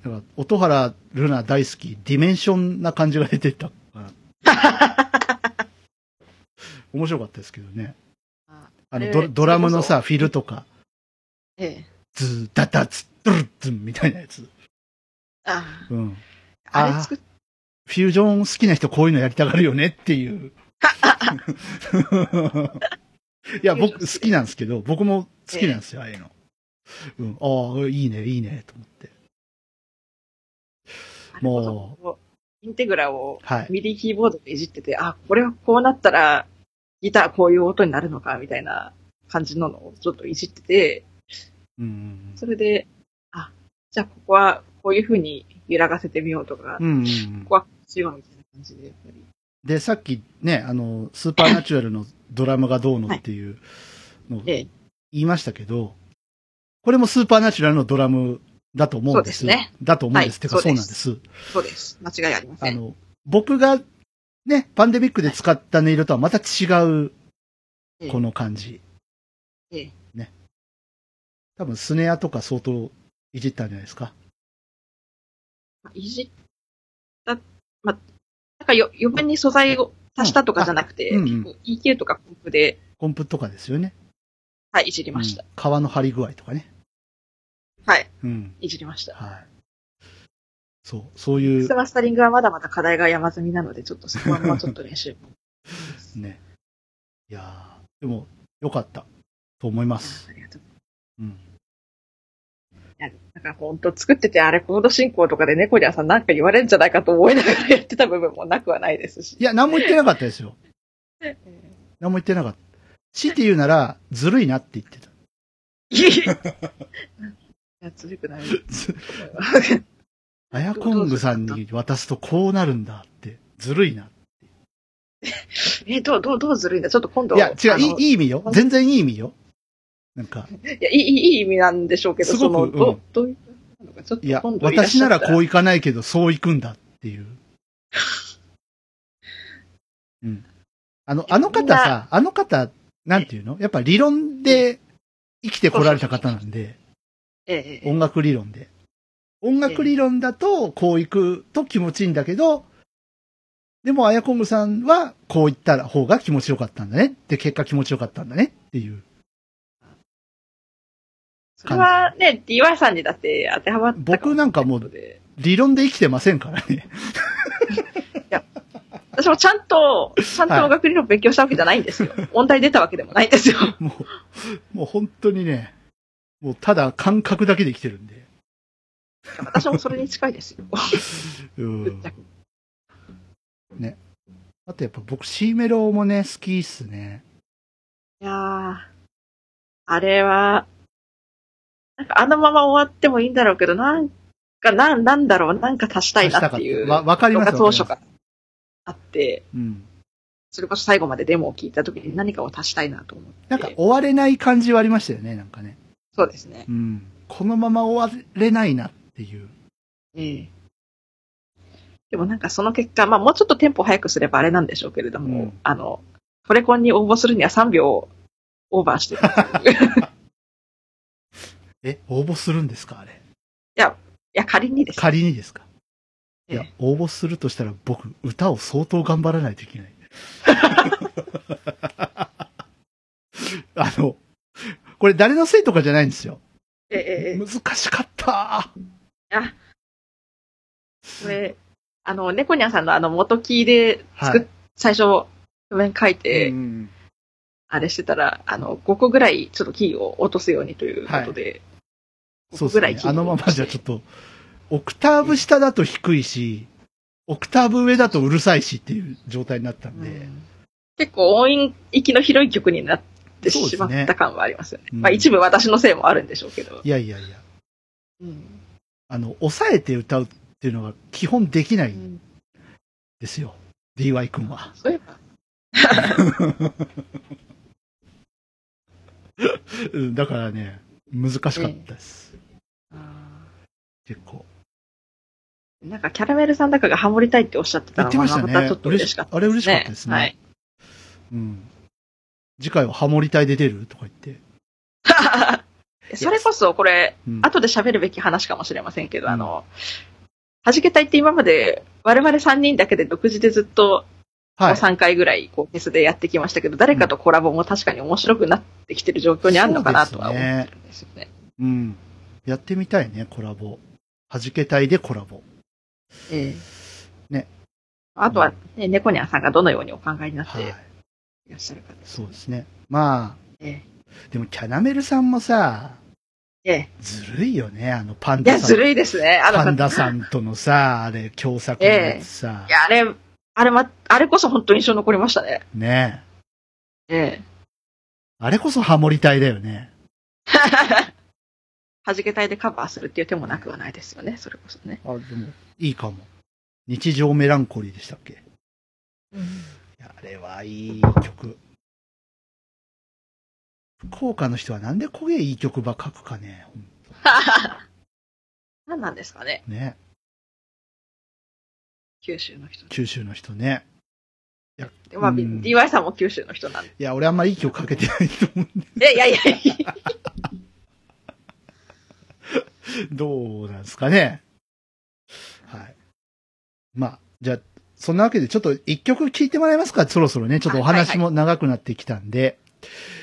なんか、音原ルナ大好き、ディメンションな感じが出てたから。面白かったですけどね。
あ
あの
え
ド、
ー
ドラムの
それ
さ、フィルとか、
ええ、
ズー、ダダツ、ドゥルッズンみたいなやつ。
あ
うん。
あ
あー
れ作っ
フュージョン好きな人こういうのやりたがるよねっていう。 いや、僕好きなんですけど、僕も好きなんですよ、ああいうの。うん、ああ、いいね、いいね、と思って。も
う。インテグラを
はい。
ミディキーボードでいじってて、あ、これはこうなったら、ギターこういう音になるのか、みたいな感じののをちょっといじってて、
うん
それで、あ、じゃあここはこういう風に揺らがせてみようとか、
うん。うんうんうん
ここはこうしようみたいな感じで、やっぱり。
で、さっきね、あの、スーパーナチュラルのドラムがどうのっていうのを
え
言
え、
いましたけど、これもスーパーナチュラルのドラムだと思うんです。
そうですね。
だと思うんです。
はい
てか、そ
そうう
な
で
んですす。
そうです。間違いありませ
あ
ん。
の、僕がね、パンデミックで使った音色とはまた違う、
ええ
この感じ。
ええ
ね。多分スネアとか相当いじったんじゃないですか。
いじった、まあ、なんかよ余分に素材を足したとかじゃなくて、
うんあうんうん
結構 EQ とかコンプで、
コンプとかですよね。
はい、いじりました。
うん皮の張り具合とかね。
はい、
うん。
いじりました。
はい。そう、そういう
ス、マスタリングはまだまだ課題が山積みなので、ちょっとそこはもうちょ っと練習。
ね。いやーでも、良かった。と思います。
ありがとうございます
うん。
いなんか本当作ってて、あれコード進行とかで猫にゃんさんなんか言われるんじゃないかと思いながらやってた部分もなくはないで すし。
いや、何も言ってなかったです よ。何も言ってなかった。強いて言うなら、ずるいなって言ってた。
いや、ずるくない。
アヤコングさんに渡すとこうなるんだって、ずるいな。
え、どう、どう、どうずるいんだちょっと今度。
いや、違
あ
う、
の
いいいい意味よ。全然いい意味よ。なんか、
いや、いい、いいいい意味なんでしょうけど、
すごく
その、ど
う、
うんどういうなのか、ちょっと
いや、
今度いらっ
私
しゃ
な
っ
ら
た
こういかないけど、そういくんだっていう。うん。あの、あの方さ、あの方、なんていうのやっぱ理論で生きてこられた方なんで、
ええええ
音楽理論で。音楽理論だと、こういくと気持ちいいんだけど、でも、あやこむさんは、こういった方が気持ちよかったんだね。で、結果気持ちよかったんだね。っていう。
それはね、DY さんにだって当てはまったか
僕なんかもう
ということで
理論で生きてませんからね。
私もちゃんと、ちゃんと音楽理論勉強したわけじゃないんですよ。音大出たわけでもないんですよ。
もう、もう本当にね、もうただ感覚だけで生きてるんで。
私もそれに近いですよ。
う
ぶっ
ん
ちゃ。け
あとやっぱ僕 C メロもね、好きっすね。
いやー、あれは、なんかあのまま終わってもいいんだろうけど、なんか、なん、なんだろう、なんか足したいなっていう
足したかったわわかります
のが当初
わか
からあって、
うん。
それこそ最後までデモを聞いた時に何かを足したいなと思って。
なんか終われない感じはありましたよね、なんかね。
そうですね。
うん。このまま終われないなっていう。
ええでもなんかその結果、まあもうちょっとテンポ早くすればあれなんでしょうけれども、
うん
あの、フォレコンに応募するには3秒オーバー してるっていうい
え、応募するんですかあれ。
や、仮にですね。
仮にですかい
ええ
や、応募するとしたら僕、歌を相当頑張らないといけない。 あの、これ誰のせいとかじゃないんですよ。
ええええ
難しかった
あ、これ、あの、猫ニャンさんのあの、元木で作っ、
はい
最初、譜面書いて、
うん
あれしてたら、あの、5個ぐらい、ちょっとキーを落とすようにということで、
そうで
ぐ
す
ら
ね
い。聞いて
あのままじゃちょっと、オクターブ下だと低いし、オクターブ上だとうるさいしっていう状態になったんで、
結構音域の広い曲になって
そうです
し
ね
まった感はありますよね。
うん
まあ、一部私のせいもあるんでしょうけど。
いやいやいや、
うん
あの、抑えて歌うっていうのが基本できな
う
いん
ん
ですよ、DY 君は。
そういえば、
うんだからね、難しかったです、
あ
結構。
ーなんかキャラメルさんだかがハモりたいっておっしゃってた
言っ
の
て
が、
ましたね。
またちょっと嬉しかった
あれ嬉しかったですね。
はい。
うん、次回はハモリ隊で出るとか言って。
それこそ、これ、
うん
後で喋るべき話かもしれませんけど、あの、はじけたいって今まで我々3人だけで独自でずっと
はい。
3回ぐらいこうフェスでやってきましたけど、誰かとコラボも確かに面白くなってきてる状況にあるのかなとは思ってるんですよね。
うん。やってみたいね、コラボ。はじけ隊でコラボ。
ええ
ね
あとは、ね、猫ニャンさんがどのようにお考えになっ
は
て
い。
いらっしゃるかです
そうですね。ま
ね。
あ、でもキャナメルさんもさ、
ええ
ずるいよね、あのパン
いや、
ダさ
ず
ん。
るいですね。あ
パ
の、
ン
い
ダさんとのさ、あれ、共作のやつさ、
や、あれ、あれま、あれこそ本当に印象残りましたね。
ねえ
ええ。
あれこそハモリ隊だよね。
はじけ隊でカバーするっていう手もなくはないですよね、それこそね。
あ、でも、いいかも。日常メランコリーでしたっけいやあれはいい曲。福岡の人はなんでこげえいい曲ば書くかね。ほん
何なんですかね、
とね。
九州の人。
九州の人ね。
でまあ、
うん
DY さんも九州の人なんで。
いや、俺あんまいい曲書けてないと思うんで。
えいやいやいや、
どうなんですかね。はい。まあ、じゃあ、そんなわけでちょっと一曲聴いてもらえますかそろそろね。ちょっとお話も長くなってきたんで。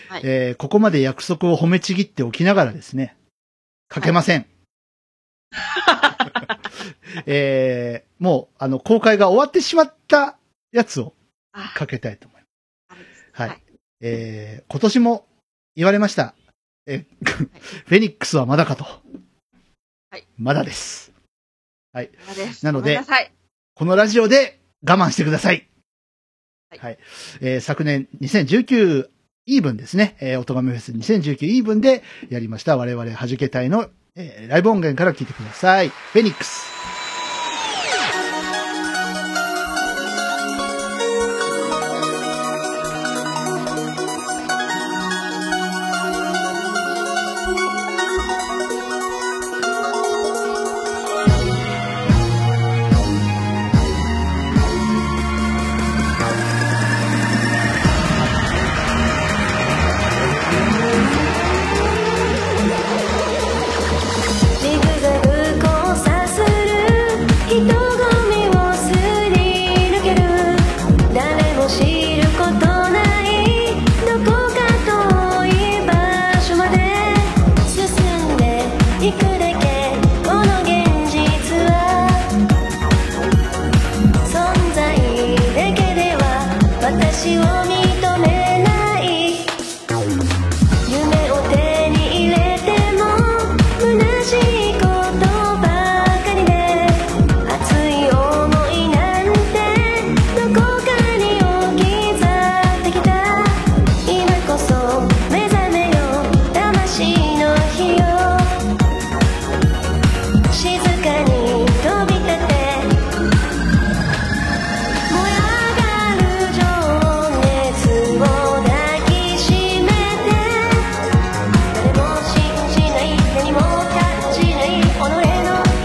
はい
えーここまで約束を褒めちぎっておきながらですね。書けま せん。えーもう、あの、公開が終わってしまったやつを
あ
かけたいと思い
あれです
ます。は
はいい。
えー 今年も言われました。え、フェニックスはまだかと。
はい
まだです。
あれです
なので
ごめんなさい。
このラジオで我慢してください。は。
はいい
えー昨年2019イーブンですね。えー、音亀フェス2019イーブンでやりました我々はじけ隊の、えーライブ音源から聞いてください。フェニックス。
ジグザグ交差する人混みをすり抜ける誰も知ることないどこか遠い場所まで進んでいくだけこの現実は存在だけでは私を認めない夢を手に入れても虚しいことばかりで熱い思いなんてどこかに置き去ってきた今こそ目覚めよ魂の火を静かに飛び立て燃え上がる情熱を抱きしめて誰も信じない何も感じない己の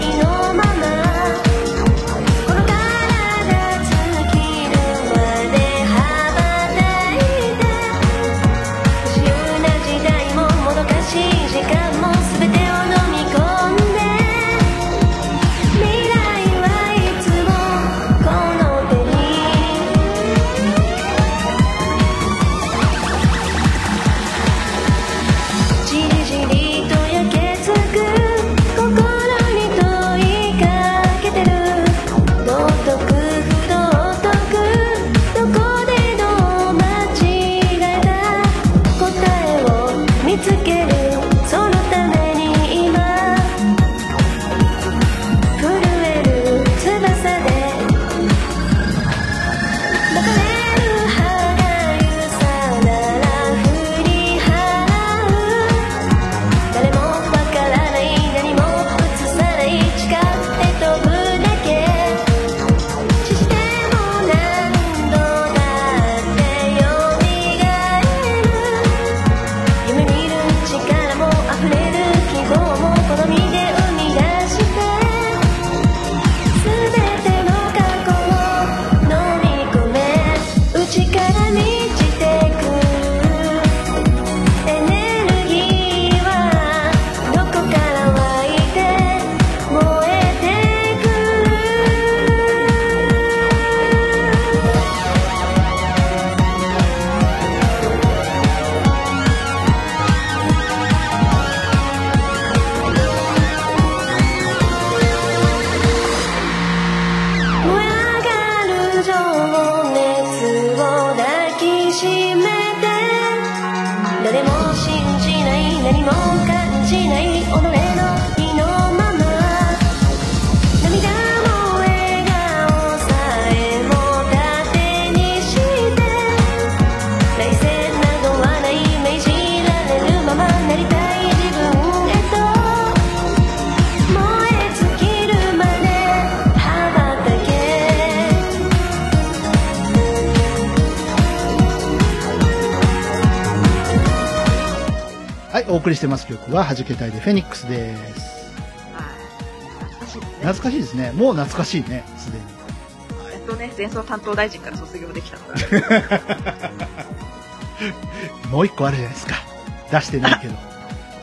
意のままこの体尽きるまで羽ばたいて不自由な時代ももどかしい時間も全てを飲み込んで未来はいつもこの手にじりじりと焼けつく心に問いかけてる道徳不道徳どこでどう間違えた答えを見つけるそのために今震える翼で「バカねる歯がゆさなら振り払う」「誰もわからない何も映さない」「誓って飛ぶだけ」「しても何度だってよみがえる」夢見る力も溢れる希望も好みで生み出して全ての過去を飲み込め内から満ちてくエネルギーはどこから湧いて燃えてく燃え上がる情熱を抱きしめて誰も信じない何も感じない己の意のまま涙も笑顔さえも盾にして内戦などはない命じられるままなりたい自分へと燃え尽きるまで羽ばたけ
はい、お送りしてます曲ははじけ隊でフェニックスです。
はい懐かしいですね。
懐かしいですね。もう懐かしいね、すでに。
やっとね、前奏担当大臣から卒業できた のが。
もう一個あるじゃないですか。出してない けど。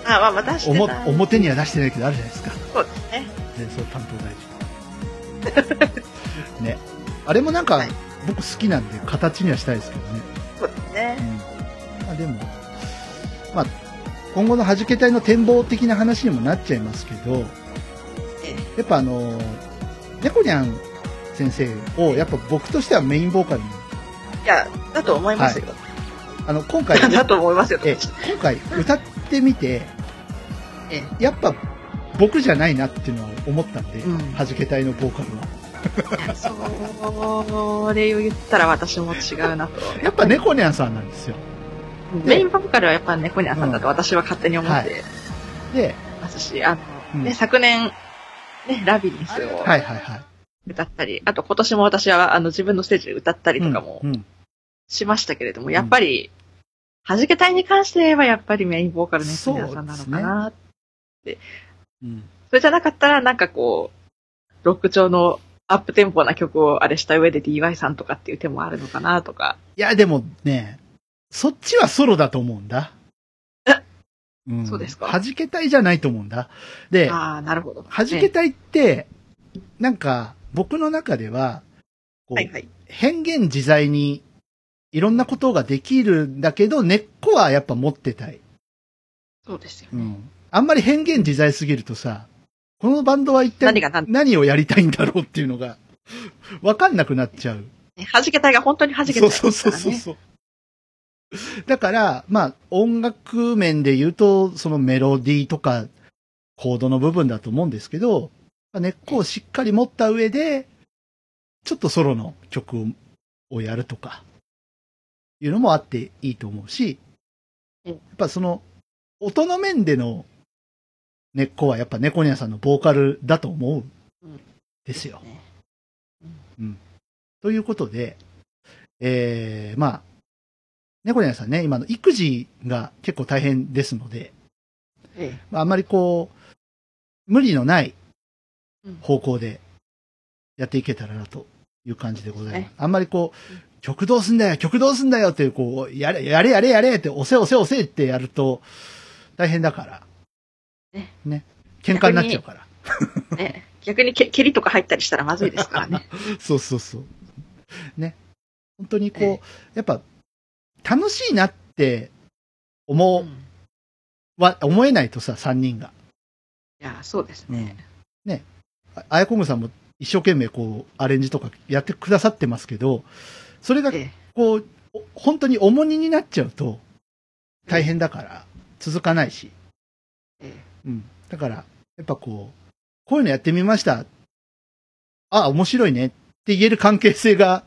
あ、まあ、またして
おも
た。
表には出してないけどあるじゃないですか。
そうですね。
前奏担当大 臣。ね。あれもなんか
はい、
僕好きなんで形にはしたいですけどね。
そうです
う
ね。
ん。まあでも、まあ、今後の弾け隊の展望的な話にもなっちゃいますけど、やっぱあの、猫にゃん先生を、やっぱ僕としてはメインボーカルに、
いや、だと思いますよ。
あの、 今回、
だと思いますよ。
え今回歌ってみて
ええ、
やっぱ僕じゃないなっていうのは思ったんで、
うん
弾け隊のボーカルは。
それを言ったら私も違うなと。
やっぱ猫ニャンさんなんですよ。
メインボーカルはやっぱ猫にゃんさんだと私は勝手に思って
で、
ますし、あの、
うん
ね、昨年、ね、ラビリンスを
はいはいはい。
歌ったり、あと今年も私はあの自分のステージで歌ったりとかも
うんうん
しましたけれども、やっぱり、弾け隊に関して言えばやっぱりメインボーカルの猫にゃんさんなのかなって。
うん
それじゃなかったらなんかこう、ロック調のアップテンポな曲をあれした上で DY さんとかっていう手もあるのかなとか。
いや、でもね、そっちはソロだと思うんだ。
え
うん
そうですか
弾け隊じゃないと思うんだ。で、
ああ、なるほど。
弾け
ね
隊って、なんか、僕の中では、こう
はいはい。
変幻自在に、いろんなことができるんだけど、根っこはやっぱ持ってたい。
そうですよ
う
ね。
ん。あんまり変幻自在すぎるとさ、このバンドは一体
何が何
何をやりたいんだろうっていうのが、わかんなくなっちゃう。
ね弾け隊が本当に弾け隊
そ
で
う
す
そ
か
う
らね。
そうそうそう。だから、まあ、音楽面で言うと、そのメロディーとか、コードの部分だと思うんですけど、まあ根っこをしっかり持った上で、ちょっとソロの曲ををやるとか、いうのもあっていいと思うし、
うん
やっぱその、音の面での根っこはやっぱ猫ニャンさんのボーカルだと思うん
うん
ですよ
ね。
うん。ということで、えー、まあ、猫ニャンさんね、今の育児が結構大変ですので、
え
まあ、あんまりこう、無理のない
うん
方向でやっていけたらなという感じでございます
ね。
あんまりこう、極道すんだよ、極道すんだよっていう、こう、やれ、やれ、やれ、やれって、押せ、押せ、押せってやると大変だから。
ね
ね。喧嘩になっちゃうから。
えね、逆にけ蹴りとか入ったりしたらまずいですから ね。
そうそうそう。ね。本当にこう、
え
やっぱ、楽しいなって思
う
うん
い
は、思えないとさ、3人が。
や、そうですね。
ね。ああやこむさんも一生懸命こう、アレンジとかやってくださってますけど、それが
え
こう、お本当に重荷になっちゃうと、大変だから、続かないし。
ええ
うん。だから、やっぱこう、こういうのやってみました。あ、面白いねって言える関係性が、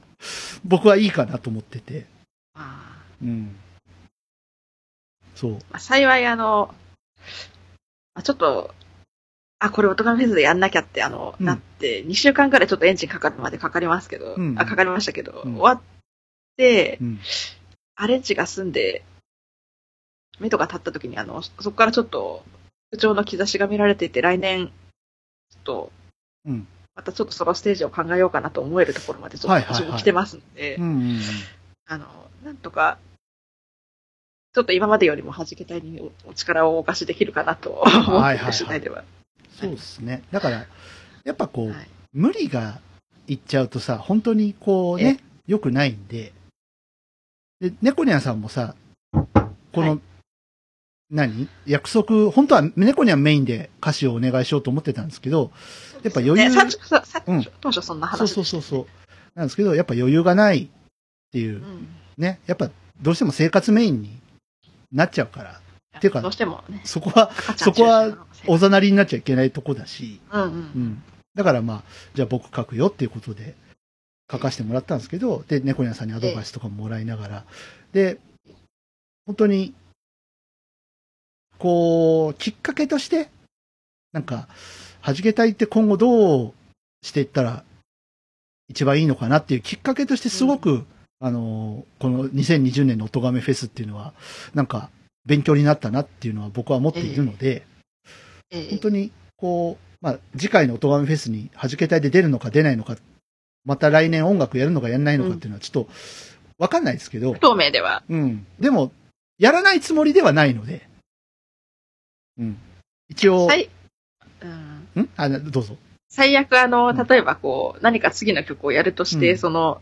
僕はいいかなと思ってて。
まあ
うん。そう。
まあ、幸い、あの、まあ、ちょっと、あ、これ音がフェスでやんなきゃって、あの、
うん
なって、2週間くらいちょっとエンジンかかるまでかかりますけど、
うん
あ、かかりましたけど、
うん
終わって
う、ん。
アレンジが済んで、目とか立った時に、あの、そこからちょっと、不調の兆しが見られていて、来年、ちょっと、
うん
またちょっとそのステージを考えようかなと思えるところまで、ちょ
は
っ
い
と
はいはい
私も来てますんで
うん、うん
あの、なんとか、ちょっと今までよりも弾けたいにおお力をお貸しできるかなと思
は
っ
いはいは
て
い
る次第では。
そうですね。だから、やっぱこう、
はい
無理がいっちゃうとさ、本当にこうね、良くないんで。で、猫ニャンさんもさ、この、
は
何約束、本当は猫ニャンメインで歌詞をお願いしようと思ってたんですけど、やっぱ余裕、
ね、最初、さ最
うん
初当初そんな話
そう
でした
そうそうそう。なんですけど、やっぱ余裕がないっていう、
うん
ね。やっぱどうしても生活メインになっちゃうから、ていうか
どうしてもね、
そこは
赤ちゃん
そこは
中心のせい
おざなりになっちゃいけないとこだし、
うんう。
うんん。だからまあ、じゃあ僕書くよっていうことで書かせてもらったんですけど、で、猫ニャンさんにアドバイスとかももらいながら、で、本当に、こう、きっかけとして、なんか、弾けたいって今後どうしていったら一番いいのかなっていうきっかけとしてすごく、あの、この2020年の音亀フェスっていうのは、なんか、勉強になったなっていうのは僕は思っているので、
ええ
本当に、こう、まあ、次回の音ガメフェスに弾け隊で出るのか出ないのか、また来年音楽やるのかやらないのかっていうのはちょっと、わかんないですけど
不、透明では、
うん。でも、やらないつもりではないので、うん。一応、
最、うん、
んあ、などうぞ。
最悪、あの、
うん
例えばこう、何か次の曲をやるとして、
うん
その、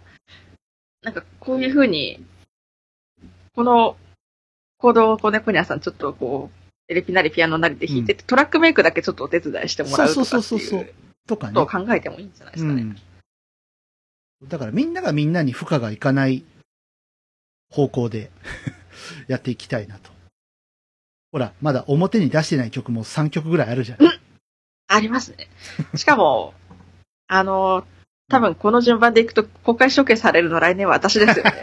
なんかこういうふうに、この行動をこうね、コニャさんちょっとこう、エレピなりピアノなりで弾いて、トラックメイクだけちょっとお手伝いしてもらうとかって
そうそうそうそうそ
いうう
とか
こ
ね
とを。考えてもいいんじゃないですかね。
うん。だからみんながみんなに負荷がいかない方向で やっていきたいなと。ほら、まだ表に出してない曲も3曲ぐらいあるじゃない。
ありますね。しかも、あの、多分この順番でいくと公開処刑されるの来年は私です よね。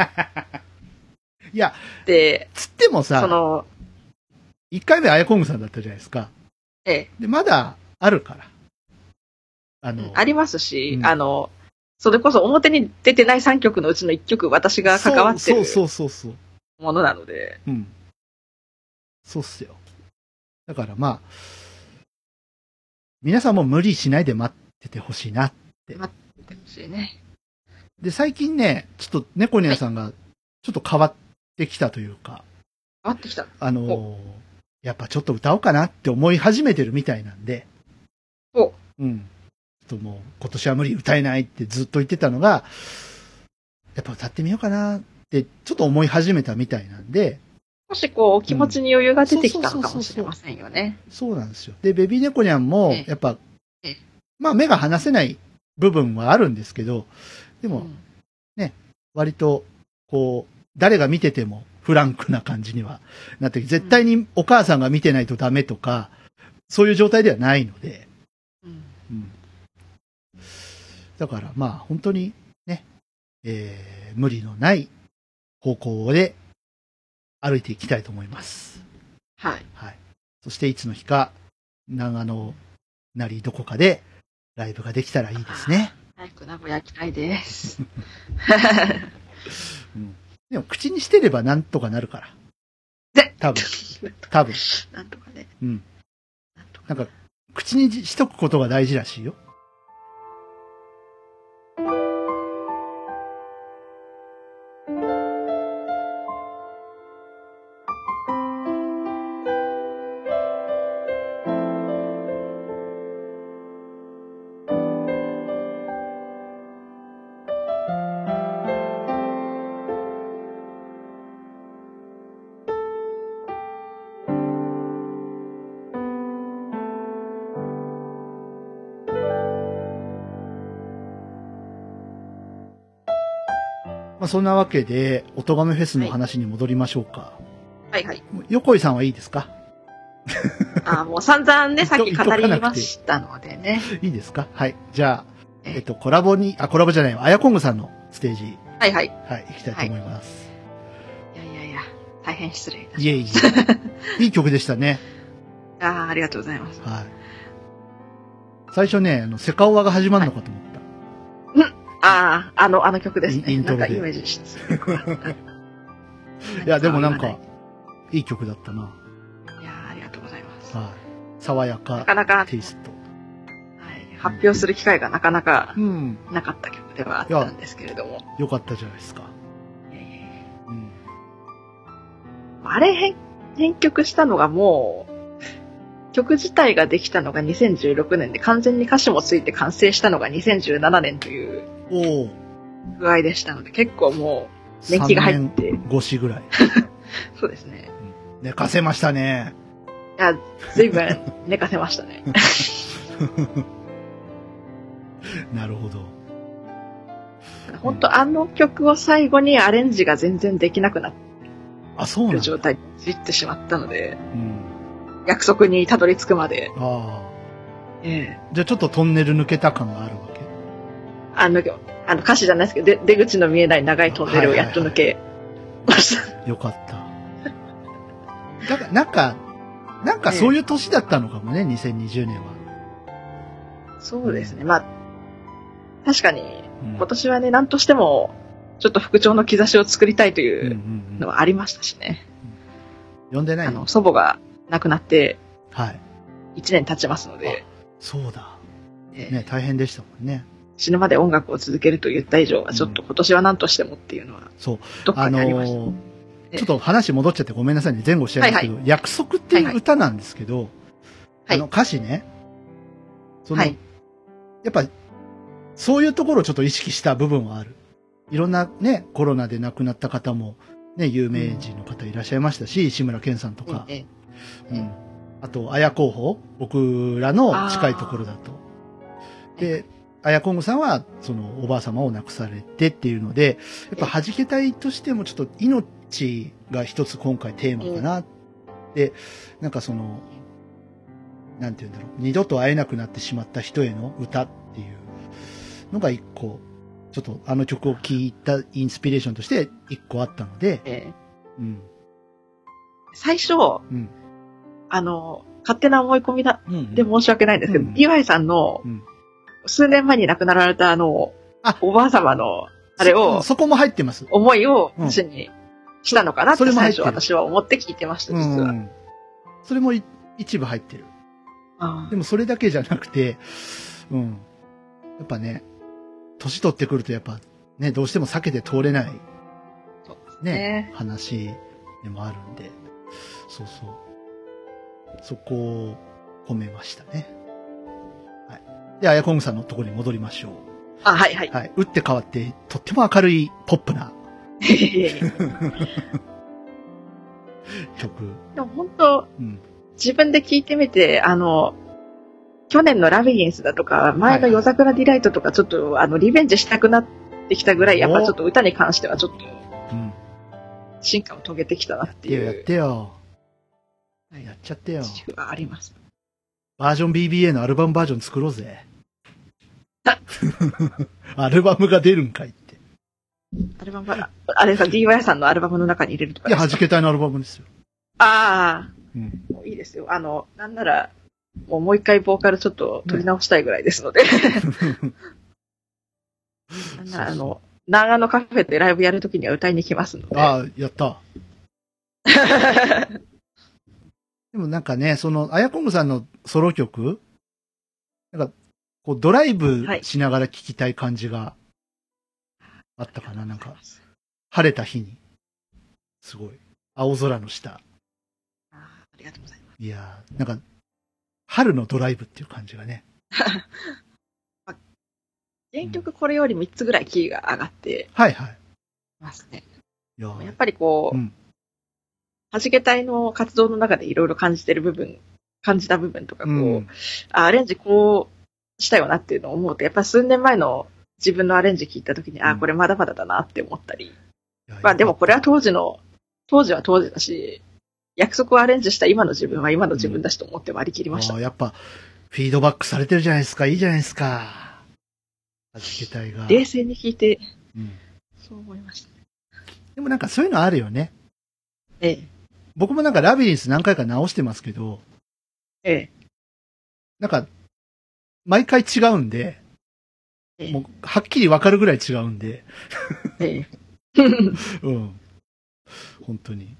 いや、
で、
つっても
そ
さ、
の、
1回目アヤコングさんだったじゃないですか。
ええ、
で、まだあるから。あの、
ありますし、
うん
あの、それこそ表に出てない3曲のうちの1曲私が関わってる
そうそうそうそうそう。
ものなので、
うん。そうっすよ。だからまあ、皆さんも無理しないで待っててほしいな。
しね。
で、最近ね、ちょっと猫ニャンさんがちょっと変わってきたというか、
変わってきた。
あのーやっぱちょっと歌おうかなって思い始めてるみたいなんで、
お
うん。ちょっともう今年は無理歌えないってずっと言ってたのが、やっぱ歌ってみようかなってちょっと思い始めたみたいなんで、
少しこう、気持ちに余裕が出てきたのかもしれませんよね。
そうなんですよ。で、ベビーネコニャンも
え、え
やっぱ
ええ、
まあ目が離せない部分はあるんですけど、で
う
も
ん
割と、こう、誰が見ててもフランクな感じにはなってきて、絶対にお母さんが見てないとダメとか、そういう状態ではないので、
うん
うんだからまあ本当にね、えー無理のない方向で歩いていきたいと思います。
はい。
はい。そしていつの日か、長野なりどこかでライブができたらいいですね。
早く名古屋行きたいです。
でも口にしてればなんとかなるから。
で
多分、多分。
なんとかね。
うん。
なんとか
なんか、口にしとくことが大事らしいよ。まあそんなわけで、おとがめフェスの話に戻りましょうか。
はいはい。
横井さんはいいですか
あーもう散々ね、さっき
言っとかなく
語
て
りましたのでね。
いいですかはい。じゃあ、
ええ
えっと、コラボに、あ、コラボじゃないわ、アヤコングさんのステージ、
はいはい。
はい、行きたいと思います。
いやいやいや、大変失礼いたしま
い、いえ いえ。いい曲でしたね。
した。ああー、ありがとうございます。
はい。最初ね、あの、セカオワが始まるのかと思った。
ああ、あの、あの曲です
インイ
ね。
ント
な
ロ
ん
で
かイメージして
い、や、でもなん
い
か、いい曲だったな。
やー、ありがとうございます。
はい。爽や
なか
か
なか、はい
テイスト。
発表する機会がなかなか
うん。
なかった曲ではあったんですけれども。
よかったじゃないですか。うん。
あれ編、編曲したのがもう、曲自体ができたのが2016年で完全に歌詞もついて完成したのが2017年という
おお。
具合でしたので、結構もう年季が入って、
3年越しぐらい。
そうですね。
寝かせましたね。
いや、随分寝かせましたね。
なるほど。
本当あの曲を最後にアレンジが全然できなくなっ
あ、そう
て
なん
る
だ。
状態に陥ってしまったので、
うん。
約束にたどり着くまで、
あ
ええ
あ。じゃあちょっとトンネル抜けた感があるわけ。
あの、あの歌詞じゃないですけど、で出口の見えない長いトンネルをやっと抜けました。
よか った。だから、なんか、なんかそういう年だったのかもね、2020年は。
そうですね。まあ、確かに、
うん
今年はね、何としても、ちょっと復調の兆しを作りたいと
うん
いううん
う
の
ん。
はありましたしね。
呼んでない
あ
の
の、祖母が亡くなって
はい。
1年経ちますので、
そうだ。
ええ
ね、大変でしたもんね。
死ぬまで音楽を続けると言った以上は、
うん
ちょっと今年は何としてもっていうのは、
そう。
どっか
あ
に
の
ありました。
ー
ええ
ちょっと話戻っちゃってごめんなさいね。前後しちゃいますけど、約束っていう歌なんですけど、
はい
あの歌詞ね、その、
はい
やっぱ、そういうところをちょっと意識した部分はある。いろんなね、コロナで亡くなった方も、ね、有名人の方いらっしゃいましたし、志村けんさんとか、
ええ
う
え
ん、あと、綾候補、僕らの近いところだと。で、あやこんぐさんは、その、おばあ様を亡くされてっていうので、やっぱ弾けたいとしても、ちょっと命が一つ今回テーマかな。で、なんかその、なんて言うんだろう、二度と会えなくなってしまった人への歌っていうのが一個、ちょっとあの曲を聴いたインスピレーションとして一個あったので、
えー
うん。
最初、
うん
あの、勝手な思い込みだ、
うん
で、申し訳ないんですけど、
うん
岩井さんの
うん、
数年前に亡くなられたあの
あ、
おばあ様の、あれ
そ
を、
そこも入ってます。
思いを
うん
私にしたのかなって
それも入っ
最
て
初
る
私は思って聞いてました、
う
実は。
ん。それもい一部入ってる。
あ
でもそれだけじゃなくて、うん。やっぱね、年取ってくるとやっぱね、どうしても避けて通れない
ー
ね、
ね
話でもあるんで、そうそう。そこを褒めましたね。はい。で、あやこんぐさんのところに戻りましょう。
あ、はいはい。
はい。打って変わって、とっても明るいポップな
で
曲。
も本当、
うん。
自分で聞いてみて、あの、去年のラビリンスだとか、前の
はいはい
夜桜ディライトとか、ちょっと、あの、リベンジしたくなってきたぐらい、やっぱちょっと歌に関してはちょっと
うん。
進化を遂げてきたなって
やってよ、やっ
いう
てよ。
はい
やっちゃってよ。
自負はあります。
バージョン BBA のアルバムバージョン作ろうぜ。 アルバムが出るんかいって。
アルバムは、あれさ、DY さんのアルバムの中に入れるとか
い
で
や、
すか
弾けたいのアルバムですよ。
ああ、
うん。
もういいですよ。あの、なんなら、もうもう一回ボーカルちょっと取り直したいぐらいですので。 なんなら、あ
そうそ
の、長野カフェでライブやるときには歌いに来ますので。
ああ、やった。でもなんかね、その、あやこむさんのソロ曲なんか、こう、ドライブしながら聴きたい感じがあったかな、なんか、晴れた日に。すごい。青空の下。
あー。ありがとうございます。
いやー、なんか、春のドライブっていう感じがね。
原曲これより3つぐらいキーが上がって
はいはい。
ますね。
いやー
やっぱりこう、
うん
はじけ隊の活動の中でいろいろ感じてる部分、感じた部分とか、こう、
うん
あアレンジこうしたよなっていうのを思うと、やっぱ数年前の自分のアレンジ聞いた時に、
う
ああ、
ん
これまだまだだなって思ったり。
いや
まあでもこれは当時の、当時は当時だし、約束をアレンジした今の自分は今の自分だしと思って割り切りました。
あーやっぱ、フィードバックされてるじゃないですか。いいじゃないですか。弾けたいが。
冷静に聞いて、
うん
そう思いました。
でもなんかそういうのあるよね。
ええ、
僕もなんかラビリンス何回か直してますけど、
ええ、
なんか、毎回違うんで、
ええ
もう、はっきりわかるぐらい違うんで、
え
うん。本当に。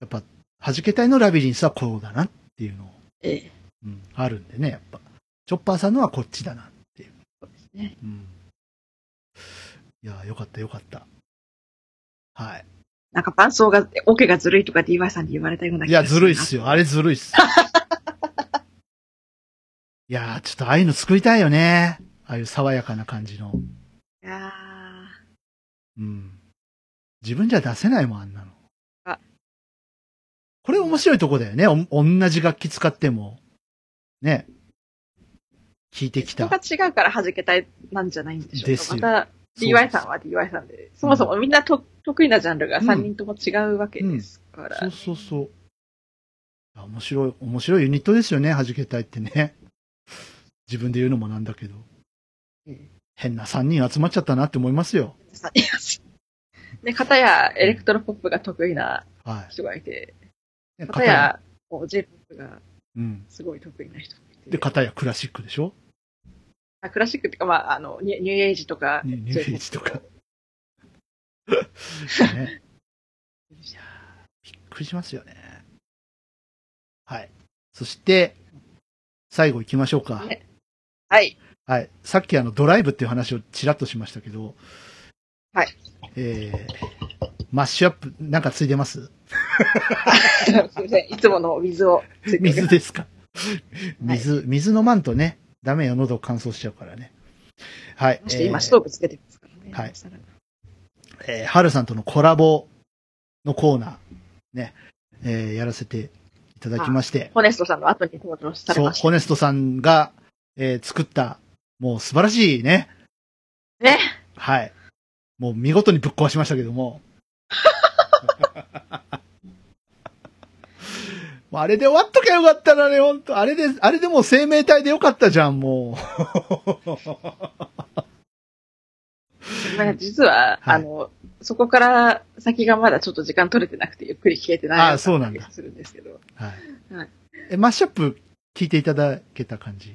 やっぱ、弾けたいのラビリンスはこうだなっていうの、
え、ええ、
うん、あるんでね、やっぱ。チョッパーさんのはこっちだなっていう。
そうですね。
うん。いやー、よかったよかった。はい。
なんか伴奏が、オケがずるいとか DY さんに言われたようない気
や、
がす
ず
る
るい
な
っすよ。あれずるいっ すよ。いやー、ちょっとああいうの作りたいよね。ああいう爽やかな感じの。
いや
うん。自分じゃ出せないもん、あんなの。
あ
これ面白いとこだよね。お同じ楽器使っても。ね。聞いて
ー
き
人
た。
が違うから弾けたいなんじゃないんでしょ
で
う
す
か。
よ
また、DY さんは DY さんで、そもそもみんなと得意なジャンルが3人とも違うわけですから。
そうそうそう。あ面白い、面白いユニットですよね。弾けたいってね。自分で言うのもなんだけど。
うん
変な3人集まっちゃったなって思いますよ。
さいや で、片やエレクトロポップが得意な
は
人がいて、
い。
片や J-POP が
うん。
すごい得意な人がいて。
で、片やクラシックでしょ
あクラシックっていうか、まあ、あの、ニュニューエイジとか、
ニュニューエイジとか。 ね。び
J-POP
っくりしますよね。はい。そして、最後行きましょうか。
ねはい。
はい。さっきあのドライブっていう話をちらっとしましたけど。
はい。
えー、マッシュアップ、なんかついてます
すいません。いつもの水をついて
水です か水、水飲まんとね、ダメよ、喉乾燥しちゃうからね。はい。
まして、
えー
今、ストーブつけてますからね。
はいえー、はるさんとのコラボのコーナー、ね、えーやらせていただきまして。
ホネストさんの後に登場され
そう、
ました。
ホネストさんが、えー作った、もう素晴らしいね。
ね。
はい。もう見事にぶっ壊 しましたけども。もうあれで終わっときゃよかったなね、ほんと。あれで、あれでもう生命体でよかったじゃん、 も
なんか実は、
はい
あの、そこから先がまだちょっと時間取れてなくてゆっくり聞けてない
あーそうなんだ
よう気がするんですけど。
う。はい
はい。
え、マッシュアップ聞いていただけた感じ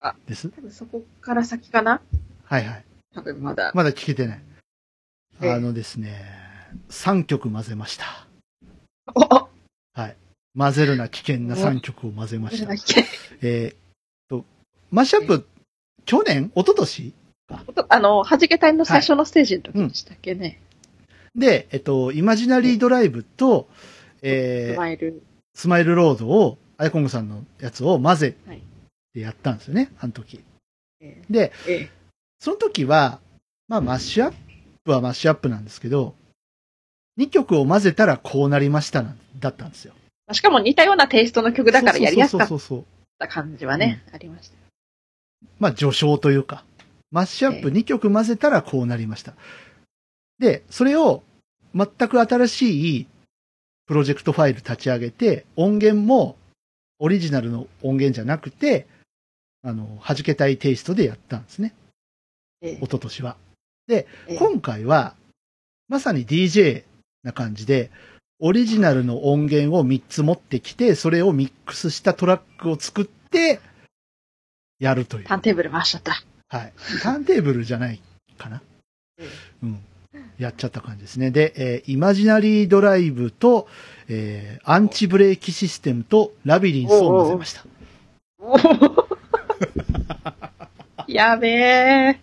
あ
です
多分そこから先かな
はいはい。
多分まだ。
まだ聞けてない。
ええ
あのですね、3曲混ぜました。
おお
混ぜるな危険な3曲を混ぜました。
お
えーっと、マッシュアップ、去年一昨年
あの、はじけ隊の最初のステージの時でしたっけね。
で、えっと、イマジナリードライブと、え
ス
ー、
マイル。
スマイルロードを、アイコングさんのやつを混ぜ
はい
てやったんですよね、あの時。
え
で、
ええ
その時は、まあ、マッシュアップはマッシュアップなんですけど、2曲を混ぜたらこうなりましたなんだったんですよ。
えしかも似たようなテイストの曲だからやりやすかっ
そうそうそうそうそう。
た感じはね、ありました。
まあ、序章というか、マッシュアップ2曲混ぜたらこうなりました。で、それを全く新しいプロジェクトファイル立ち上げて、音源もオリジナルの音源じゃなくて、あの、弾けたいテイストでやったんですね。
ええ
一昨年は。
ええ
今回は、まさに DJ な感じで、オリジナルの音源を3つ持ってきて、それをミックスしたトラックを作って、やるという
ター。ンテーブル回しちゃった。
はい。ターンテーブルじゃないかな。うん。やっちゃった感じですね。で、えーイマジナリードライブと、えーアンチブレーキシステムとラビリンスを混ぜました。
おお やべえ。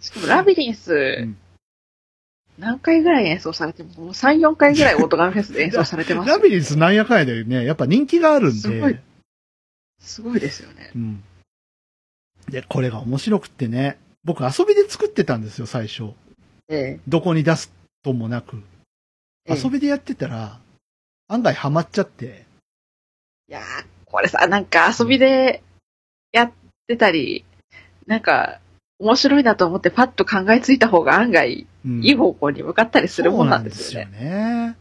しかもラビリンス、
ん
何回ぐらい演奏されてますもう3、4回ぐらいオートガンフェスで演奏されてます、
ラビリンスなんやかんやでね、やっぱ人気があるん
すごい
で、
すごいですよね。
うん。で、これが面白くってね、僕遊びで作ってたんですよ、最初。
え
どこに出すともなく。
え
遊びでやってたら、案外ハマっちゃって、
いやー、これさ、なんか遊びでやってたり、なんか面白いなと思ってパッと考えついた方が案外い
うん
い方向に向かったりするもんなんですよね。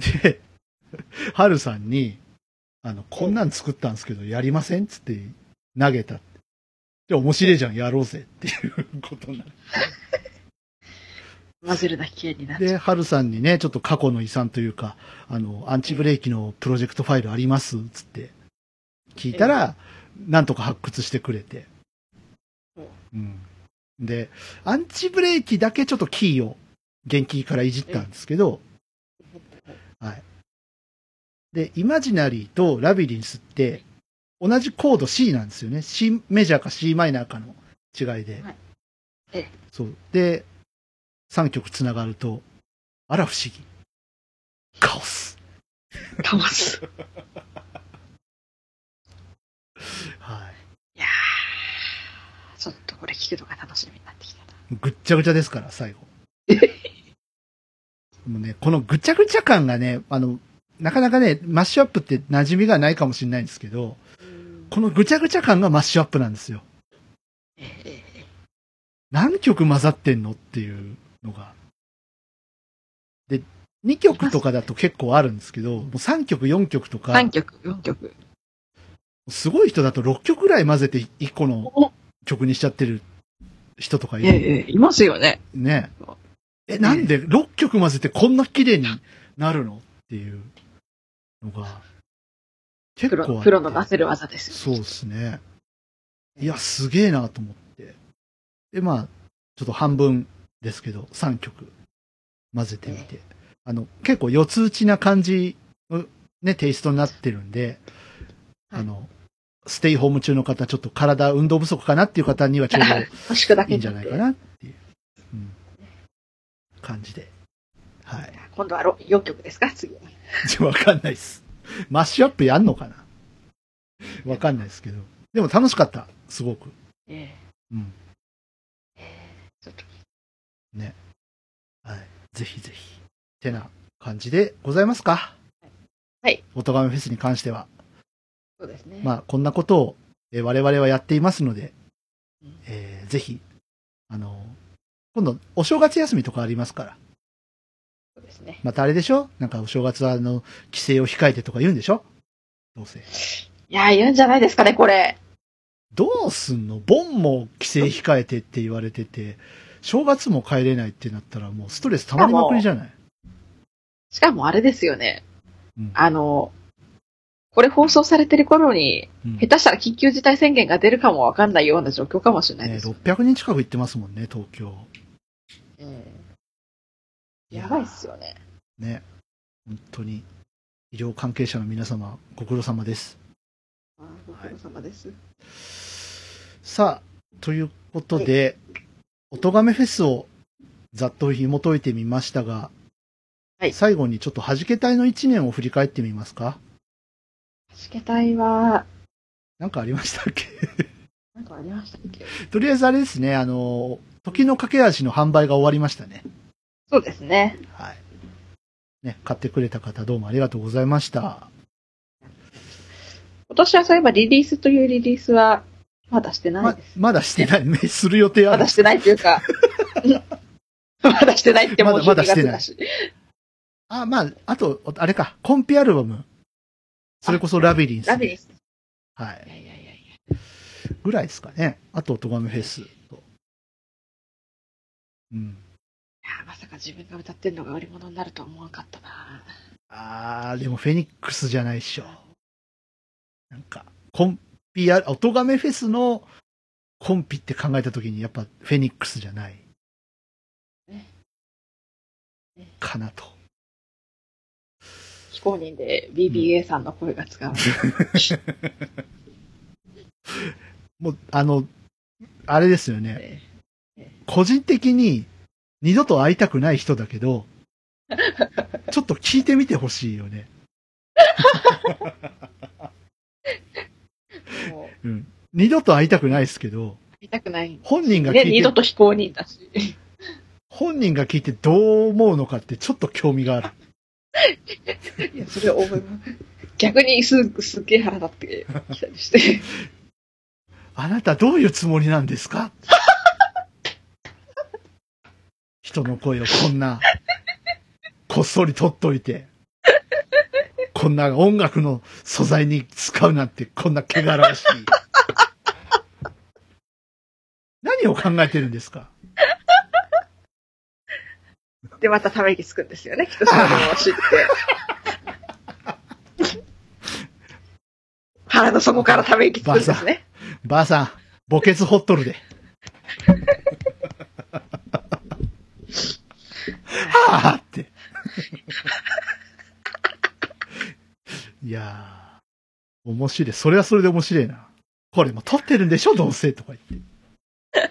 そうなんですよね。で、はるさんに、あの、こんなん作ったんですけど、やりませんっつって投げたって。で、面白いじゃん、やろうぜっていうことになっ
混ぜるな危険になっちゃ
で、はるさんにね、ちょっと過去の遺産というか、あの、アンチブレーキのプロジェクトファイルありますっつって、聞いたら、なんとか発掘してくれて。うん。で、アンチブレーキだけちょっとキーを、元気からいじったんですけど、はい。で、イマジナリーとラビリンスって、同じコード C なんですよね。C メジャーか C マイナーかの違いで。
はいええ
そう。で、3曲つながると、あら不思議。カオス。
うかもしれ
は
ない。ちょっとこれ聞くのが楽しみになってきたな。
い。ぐっちゃぐちゃですから、最後。もうね、このぐちゃぐちゃ感がね、あの、なかなかね、マッシュアップって馴染みがないかもしれないんですけど、このぐちゃぐちゃ感がマッシュアップなんですよ。
ええええ
何曲混ざってんのっていうのが。で、2曲とかだと結構あるんですけど、もう3曲、4曲とか、
3曲、4曲。
すごい人だと6曲ぐらい混ぜて1個の
お
曲にしちゃってる人とかい
ええ
る。
ええいますよね。
ね。え、なんで6曲混ぜてこんな綺麗になるのっていうのが、結構
プ
あっ
ロ
て
プロの出せる技です
そ
よ
う
ね。
ですね。いや、すげえなと思って。で、まあ、ちょっと半分ですけど、3曲混ぜてみて。あの、結構四つ打ちな感じのね、テイストになってるんで、
はい
あの、ステイホーム中の方、ちょっと体運動不足かなっていう方にはちょうど
欲しくだけ
いいんじゃないかなっていう、うん、感じで。はい。
今度はろ4曲ですか次は。
ちょわかんないっす。マッシュアップやんのかなわかんないですけど。でも楽しかった、すごく。
ええ
うん。
ちょっと
はい。ぜひぜひ。てな感じでございますか
はい。
おとがめフェスに関しては。
そうですね。
まあ、こんなことを、えー我々はやっていますので
うん、
えーぜひ、あのー今度、お正月休みとかありますから、
そうですね。
またあれでしょなんかお正月はあの、帰省を控えてとか言うんでしょどうせ。
いや、言うんじゃないですかね、これ。
どうすんのボンも帰省控えてって言われてて、正月も帰れないってなったらもうストレス溜まりまくりじゃない
しかもあれですよね。
うん
あの、これ放送されてる頃に、
うん
下手したら緊急事態宣言が出るかもわかんないような状況かもしれない
ね、
です。
600人近く行ってますもんね、東京。
うんやばいっすよね。
ね。本当に。医療関係者の皆様、ご苦労様です。
あーご苦労様です。
さあ、ということで、おとがめフェスをざっと紐解いてみましたが、
はい
最後にちょっと弾け隊の1年を振り返ってみますか
しけたいは、
なんかありましたっけ
なんかありましたっけ
とりあえずあれですね、あの、時の駆け足の販売が終わりましたね。
そうですね。
はい。ね、買ってくれた方どうもありがとうございました。
今年はそういえばリリースというリリースは、まだしてない
ま
です。
まだしてない、ね、する予定あ
ま
る
だ。してないとい うか、うんまだしてないってもう
まだまだ
12
して
月
ない
だし。
あ、まあ、あと、あれか、コンピアルバム。それこそラビリンス。
ラビリンス。
はい
い。やいやいやい
ぐらいですかね。あと、音めフェスと。うん。
や、まさか自分が歌ってるのが売り物になるとは思わなかったな。
あー、でもフェニックスじゃないっしょ。なんか、コンピや、音めフェスのコンピって考えたときに、やっぱフェニックスじゃない
ね。
かなと。
非公認で BBA さんの声が使う。
もう、あの、あれですよね。個人的に二度と会いたくない人だけど、ちょっと聞いてみてほしいよね。
もう、
うん。二度と会いたくないですけど、
見たくない。
本人が聞い
ね、
て、
二度と非公認だし。
本人が聞いてどう思うのかってちょっと興味がある。
いや、それは思います。逆にす、すっげえ腹立ってきたりして。
あなたどういうつもりなんです か人の声をこんな、こっそり取っといて、こんな音楽の素材に使うなんてこんな汚らわしい。何を考えてるんですか
で、またため息つくんですよね。きっとそれを知 って。腹の底からため息つくんですね。
ばあさん、墓穴掘っとるで。はあって。いやー、面白い。それはそれで面白いな。これも撮ってるんでしょどうせとか言って。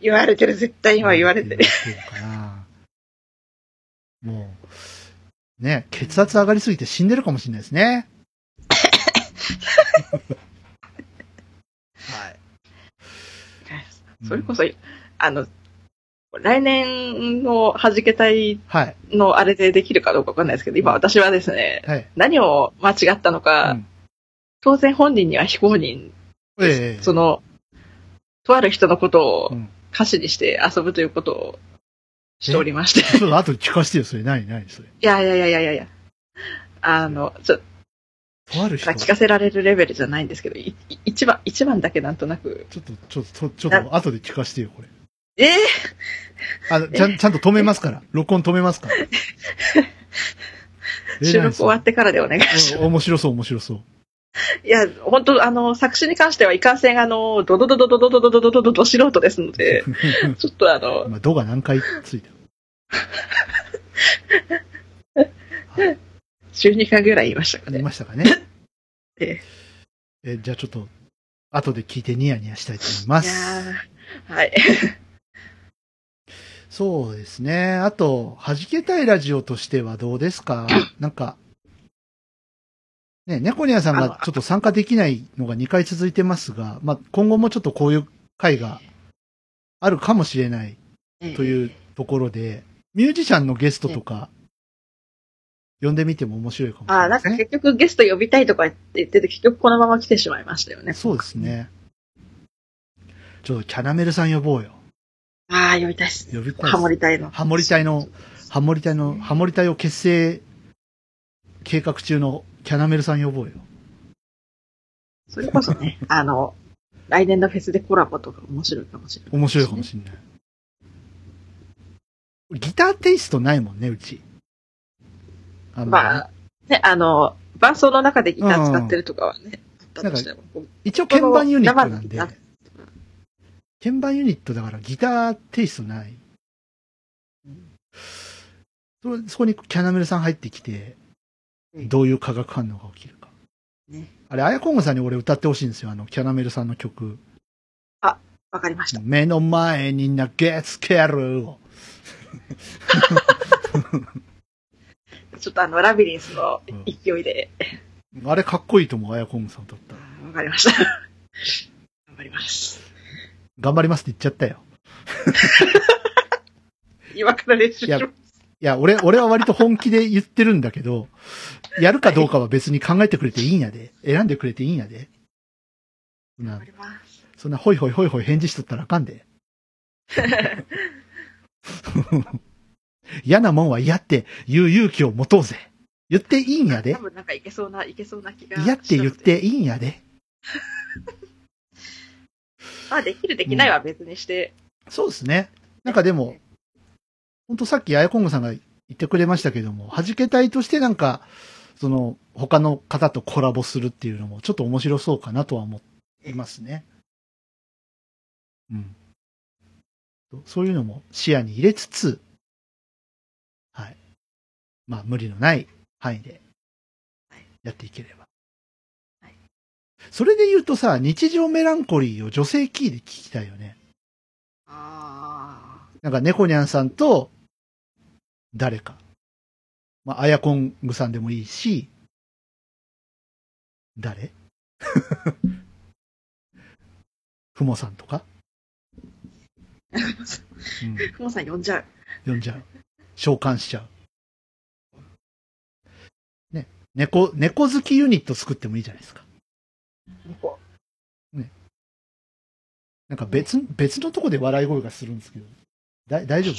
言われてる、絶対今言われてる。
言われてるのかなもう、ね、血圧上がりすぎて死んでるかもしれないですね。はい。
それこそ、あの、来年の弾けたい
はい。
のあれでできるかどうかわかんないですけど、今私はですね、
はい。
何を間違ったのか、
うん
当然本人には非公認
ええ
その、とある人のこと
う
を
ん
歌詞にして遊ぶということをしておりまして。
ちょっと後で聞かせてよ、それ。何、何、それ。
いやいやいやいやいやいや。あの、ちょっ
とある人。
と聞かせられるレベルじゃないんですけど、いい一番、一番だけなんとなく。
ちょっと、ちょっと、ちょっと、後で聞かせてよ、これ。
ええ
あの、ちゃん、ちゃんと止めますから。録音止めますから。
収録終わってからでお願いします。
うん面白そう、面白そう。
いや、本当あの、作詞に関してはいかんせん、あの、ドドドドドドドドドドドド素人です ので、ちょっとあの、
今、度が何回つ いた
12回ぐらい言いましたか
見
ね。
ましたかね。
ええ
え、じゃあちょっと、後で聞いてニヤニヤしたいと思い
い
ま
や
す。
ーはい。
そうですね。あと、弾けたいラジオとしてはどうです かなんか、ね、猫ニャさんがちょっと参加できないのが2回続いてますが、まあ、今後もちょっとこういう回があるかもしれないというところで、ミュージシャンのゲストとか、呼んでみても面白いかもしれ
ああ、
な
ないん
で
か
すね。
結局ゲスト呼びたいとか言ってて、結局このまま来てしまいましたよね。
そうですね。ちょっとキャラメルさん呼ぼうよ。
ああ、呼びたいっす。
呼びたいです
ハモりたいの。
ハモリ隊のハモリ隊の、ハモリ隊を結成計画中のキャナメルさん呼ぼうよ。
それ こそね、あの、来年のフェスでコラボとか面白いかもしれない。
面白いかもしんない。ギターテイストないもんね、うち。あの、
まあ、ね、あの、伴奏の中でギター使ってるとかはね、あったとしても。
一応鍵盤ユニットなんで
生の、
鍵盤ユニットだからギターテイストない。そそこにキャナメルさん入ってきて、
うん
どういう化学反応が起きるか。
ね
あれ、あやこんごさんに俺歌ってほしいんですよ、あの、キャナメルさんの曲。
わかりました。
目の前に投げつけるを。
ちょっとあの、ラビリンスの
うん
勢いで、
あれかっこいいと思う、あやこんごさんだったら。
わかりました。頑張ります。
頑張りますって言っちゃったよ。
今から練習します。
いや、俺、俺は割と本気で言ってるんだけど、やるかどうかは別に考えてくれていいんやで。選んでくれていいんやで。そんな
頑張、ります。
そんな、ほいほいほいほい返事しとったらあかんで。嫌なもんは嫌って言う勇気を持とうぜ。言っていいんやで
多。分なんかいけそうな、いけそうな気がしたので。
嫌って言っていいんやで。
まあ、できるできないは別にして。
そうですね。なんかでも、ほんとさっきあやこんごさんが言ってくれましたけども、弾け隊としてなんか、その、他の方とコラボするっていうのも、ちょっと面白そうかなとは思いますね。うん。そういうのも視野に入れつつ、はい。まあ、無理のない範囲で、やっていければ
はい。
それで言うとさ、日常メランコリーを女性キーで聞きたいよね。
あ
なんか、猫ニャンさんと、誰か。まあ、アヤコングさんでもいいし、誰 ふもさんとか、うん、
あ。ふもさん呼んじゃう。
呼んじゃう。召喚しちゃう。ね。猫、猫好きユニット作ってもいいじゃないですか。
猫。
なんか別、別のとこで笑い声がするんですけど。だ、大丈夫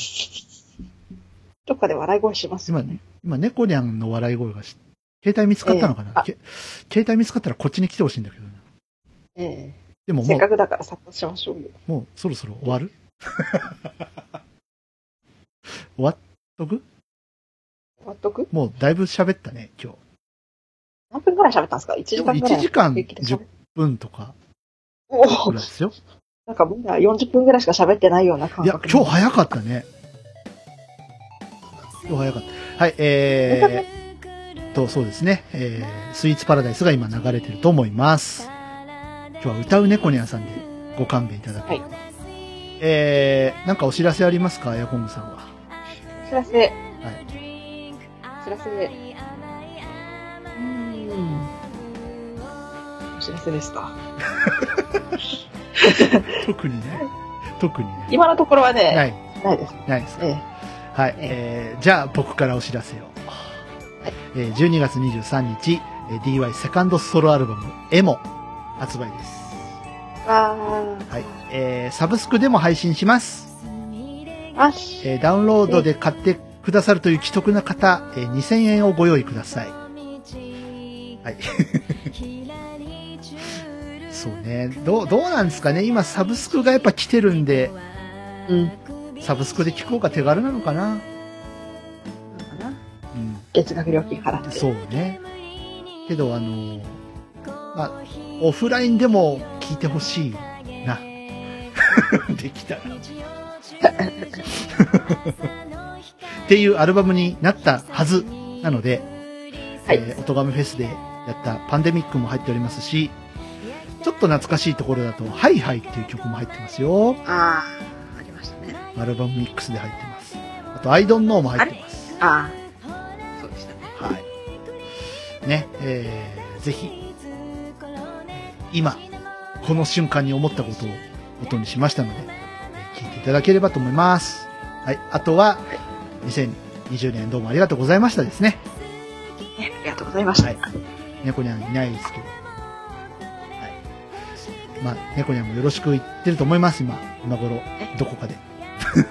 どっかで笑い声します
今ね、今、猫ニャンの笑い声がし、携帯見つかったのかな、
ええあ
け携帯見つかったらこっちに来てほしいんだけどな。
ええ
でも
せ
も
っ
う
か、くだから作家しましょうよ。
もうそろそろ終わる終わっとく
終わっとく
もうだいぶ喋ったね、今日。
何分くらい喋ったんですか ?1 時間くらい。
1時間
平気で喋
10
る
分とか
お
ぐ
お
らいですよ。
なんかみんな40分くらいしか喋ってないような感
いや
覚。、
今日早かったね。今日早かった。はい、えー、と、そうですね、えー、スイーツパラダイスが今流れてると思います。今日は歌う猫にゃんさんでご勘弁いただければ
は
えー、なんかお知らせありますか、ヤコングさんは。
お知らせ。
はい。
お知らせで。うーん。お知らせですか。
特にね。特にね。
今のところは
な
ね、
い、
ないです。
ないです。
ええ。
はい、えーじゃあ僕からお知らせを。えー12月23日、えー DY セカンドソロアルバム、エモ、発売です。
あ
はい、えーサブスクでも配信します。
ー、あし。
えーダウンロードで買ってくださるという既得な方、えー2000円をご用意ください。はい。 そうね。どう、どうなんですかね今サブスクがやっぱ来てるんで、
うん。
サブスクで聞こうが手軽なのかな。うん。
月額料金払って。
そうね。けど、あの、まあ、オフラインでも聞いてほしいな。 できたら。 っていうアルバムになったはずなので、
はい
えー、おとがめフェスでやったパンデミックも入っておりますし、ちょっと懐かしいところだと、ハイハイっていう曲も入ってますよ。
あー、ありましたね。
アルバムミックスで入ってます。あと、アイドンノーも入ってます。
あー、そうでしたね。
はい。ね、えー、ぜひ、今、この瞬間に思ったことを音にしましたので、えー聞いていただければと思います。はい。あとは、2020年どうもありがとうございましたですね。
ねありがとうございました。
はい猫にゃんいないですけど。はい。まあ、猫にゃんもよろしく言ってると思い ます、今。今頃、どこかで。はい。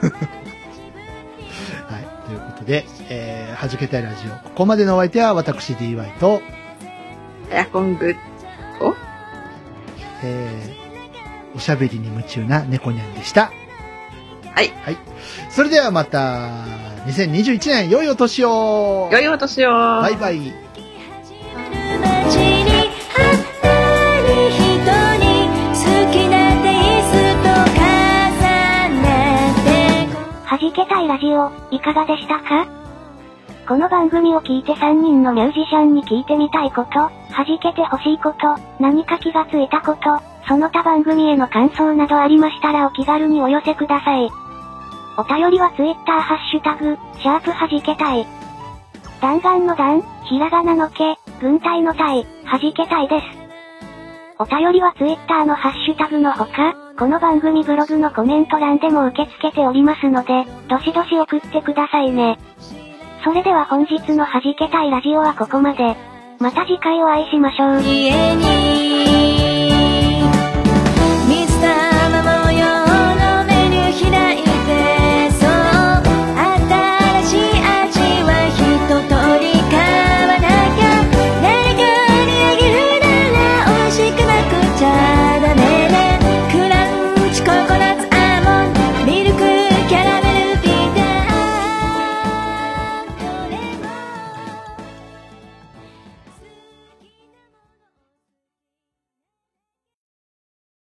ということで、で、えー、はじけたいラジオ。ここまでのお相手は私 DY と、
ラコングを
えー、おしゃべりに夢中な猫ニャンでした。
はい
はい。それではまた、2021年、良いお年を
良いお年をバ
バイバイ。
街に花に人に好きなテイスト重ねて
弾けたいラジオ、いかがでしたかこの番組を聞いて3人のミュージシャンに聞いてみたいこと、弾けてほしいこと、何か気がついたこと、その他番組への感想などありましたらお気軽にお寄せください。お便りは Twitter ハッシュタグ、シャープ弾けたい。弾丸の弾、ひらがなのけ、軍隊の隊、弾けたいです。お便りは Twitter のハッシュタグのほか、この番組ブログのコメント欄でも受け付けておりますので、どしどし送ってくださいね。それでは本日の弾けたいラジオはここまで。また次回お会いしましょう。
家に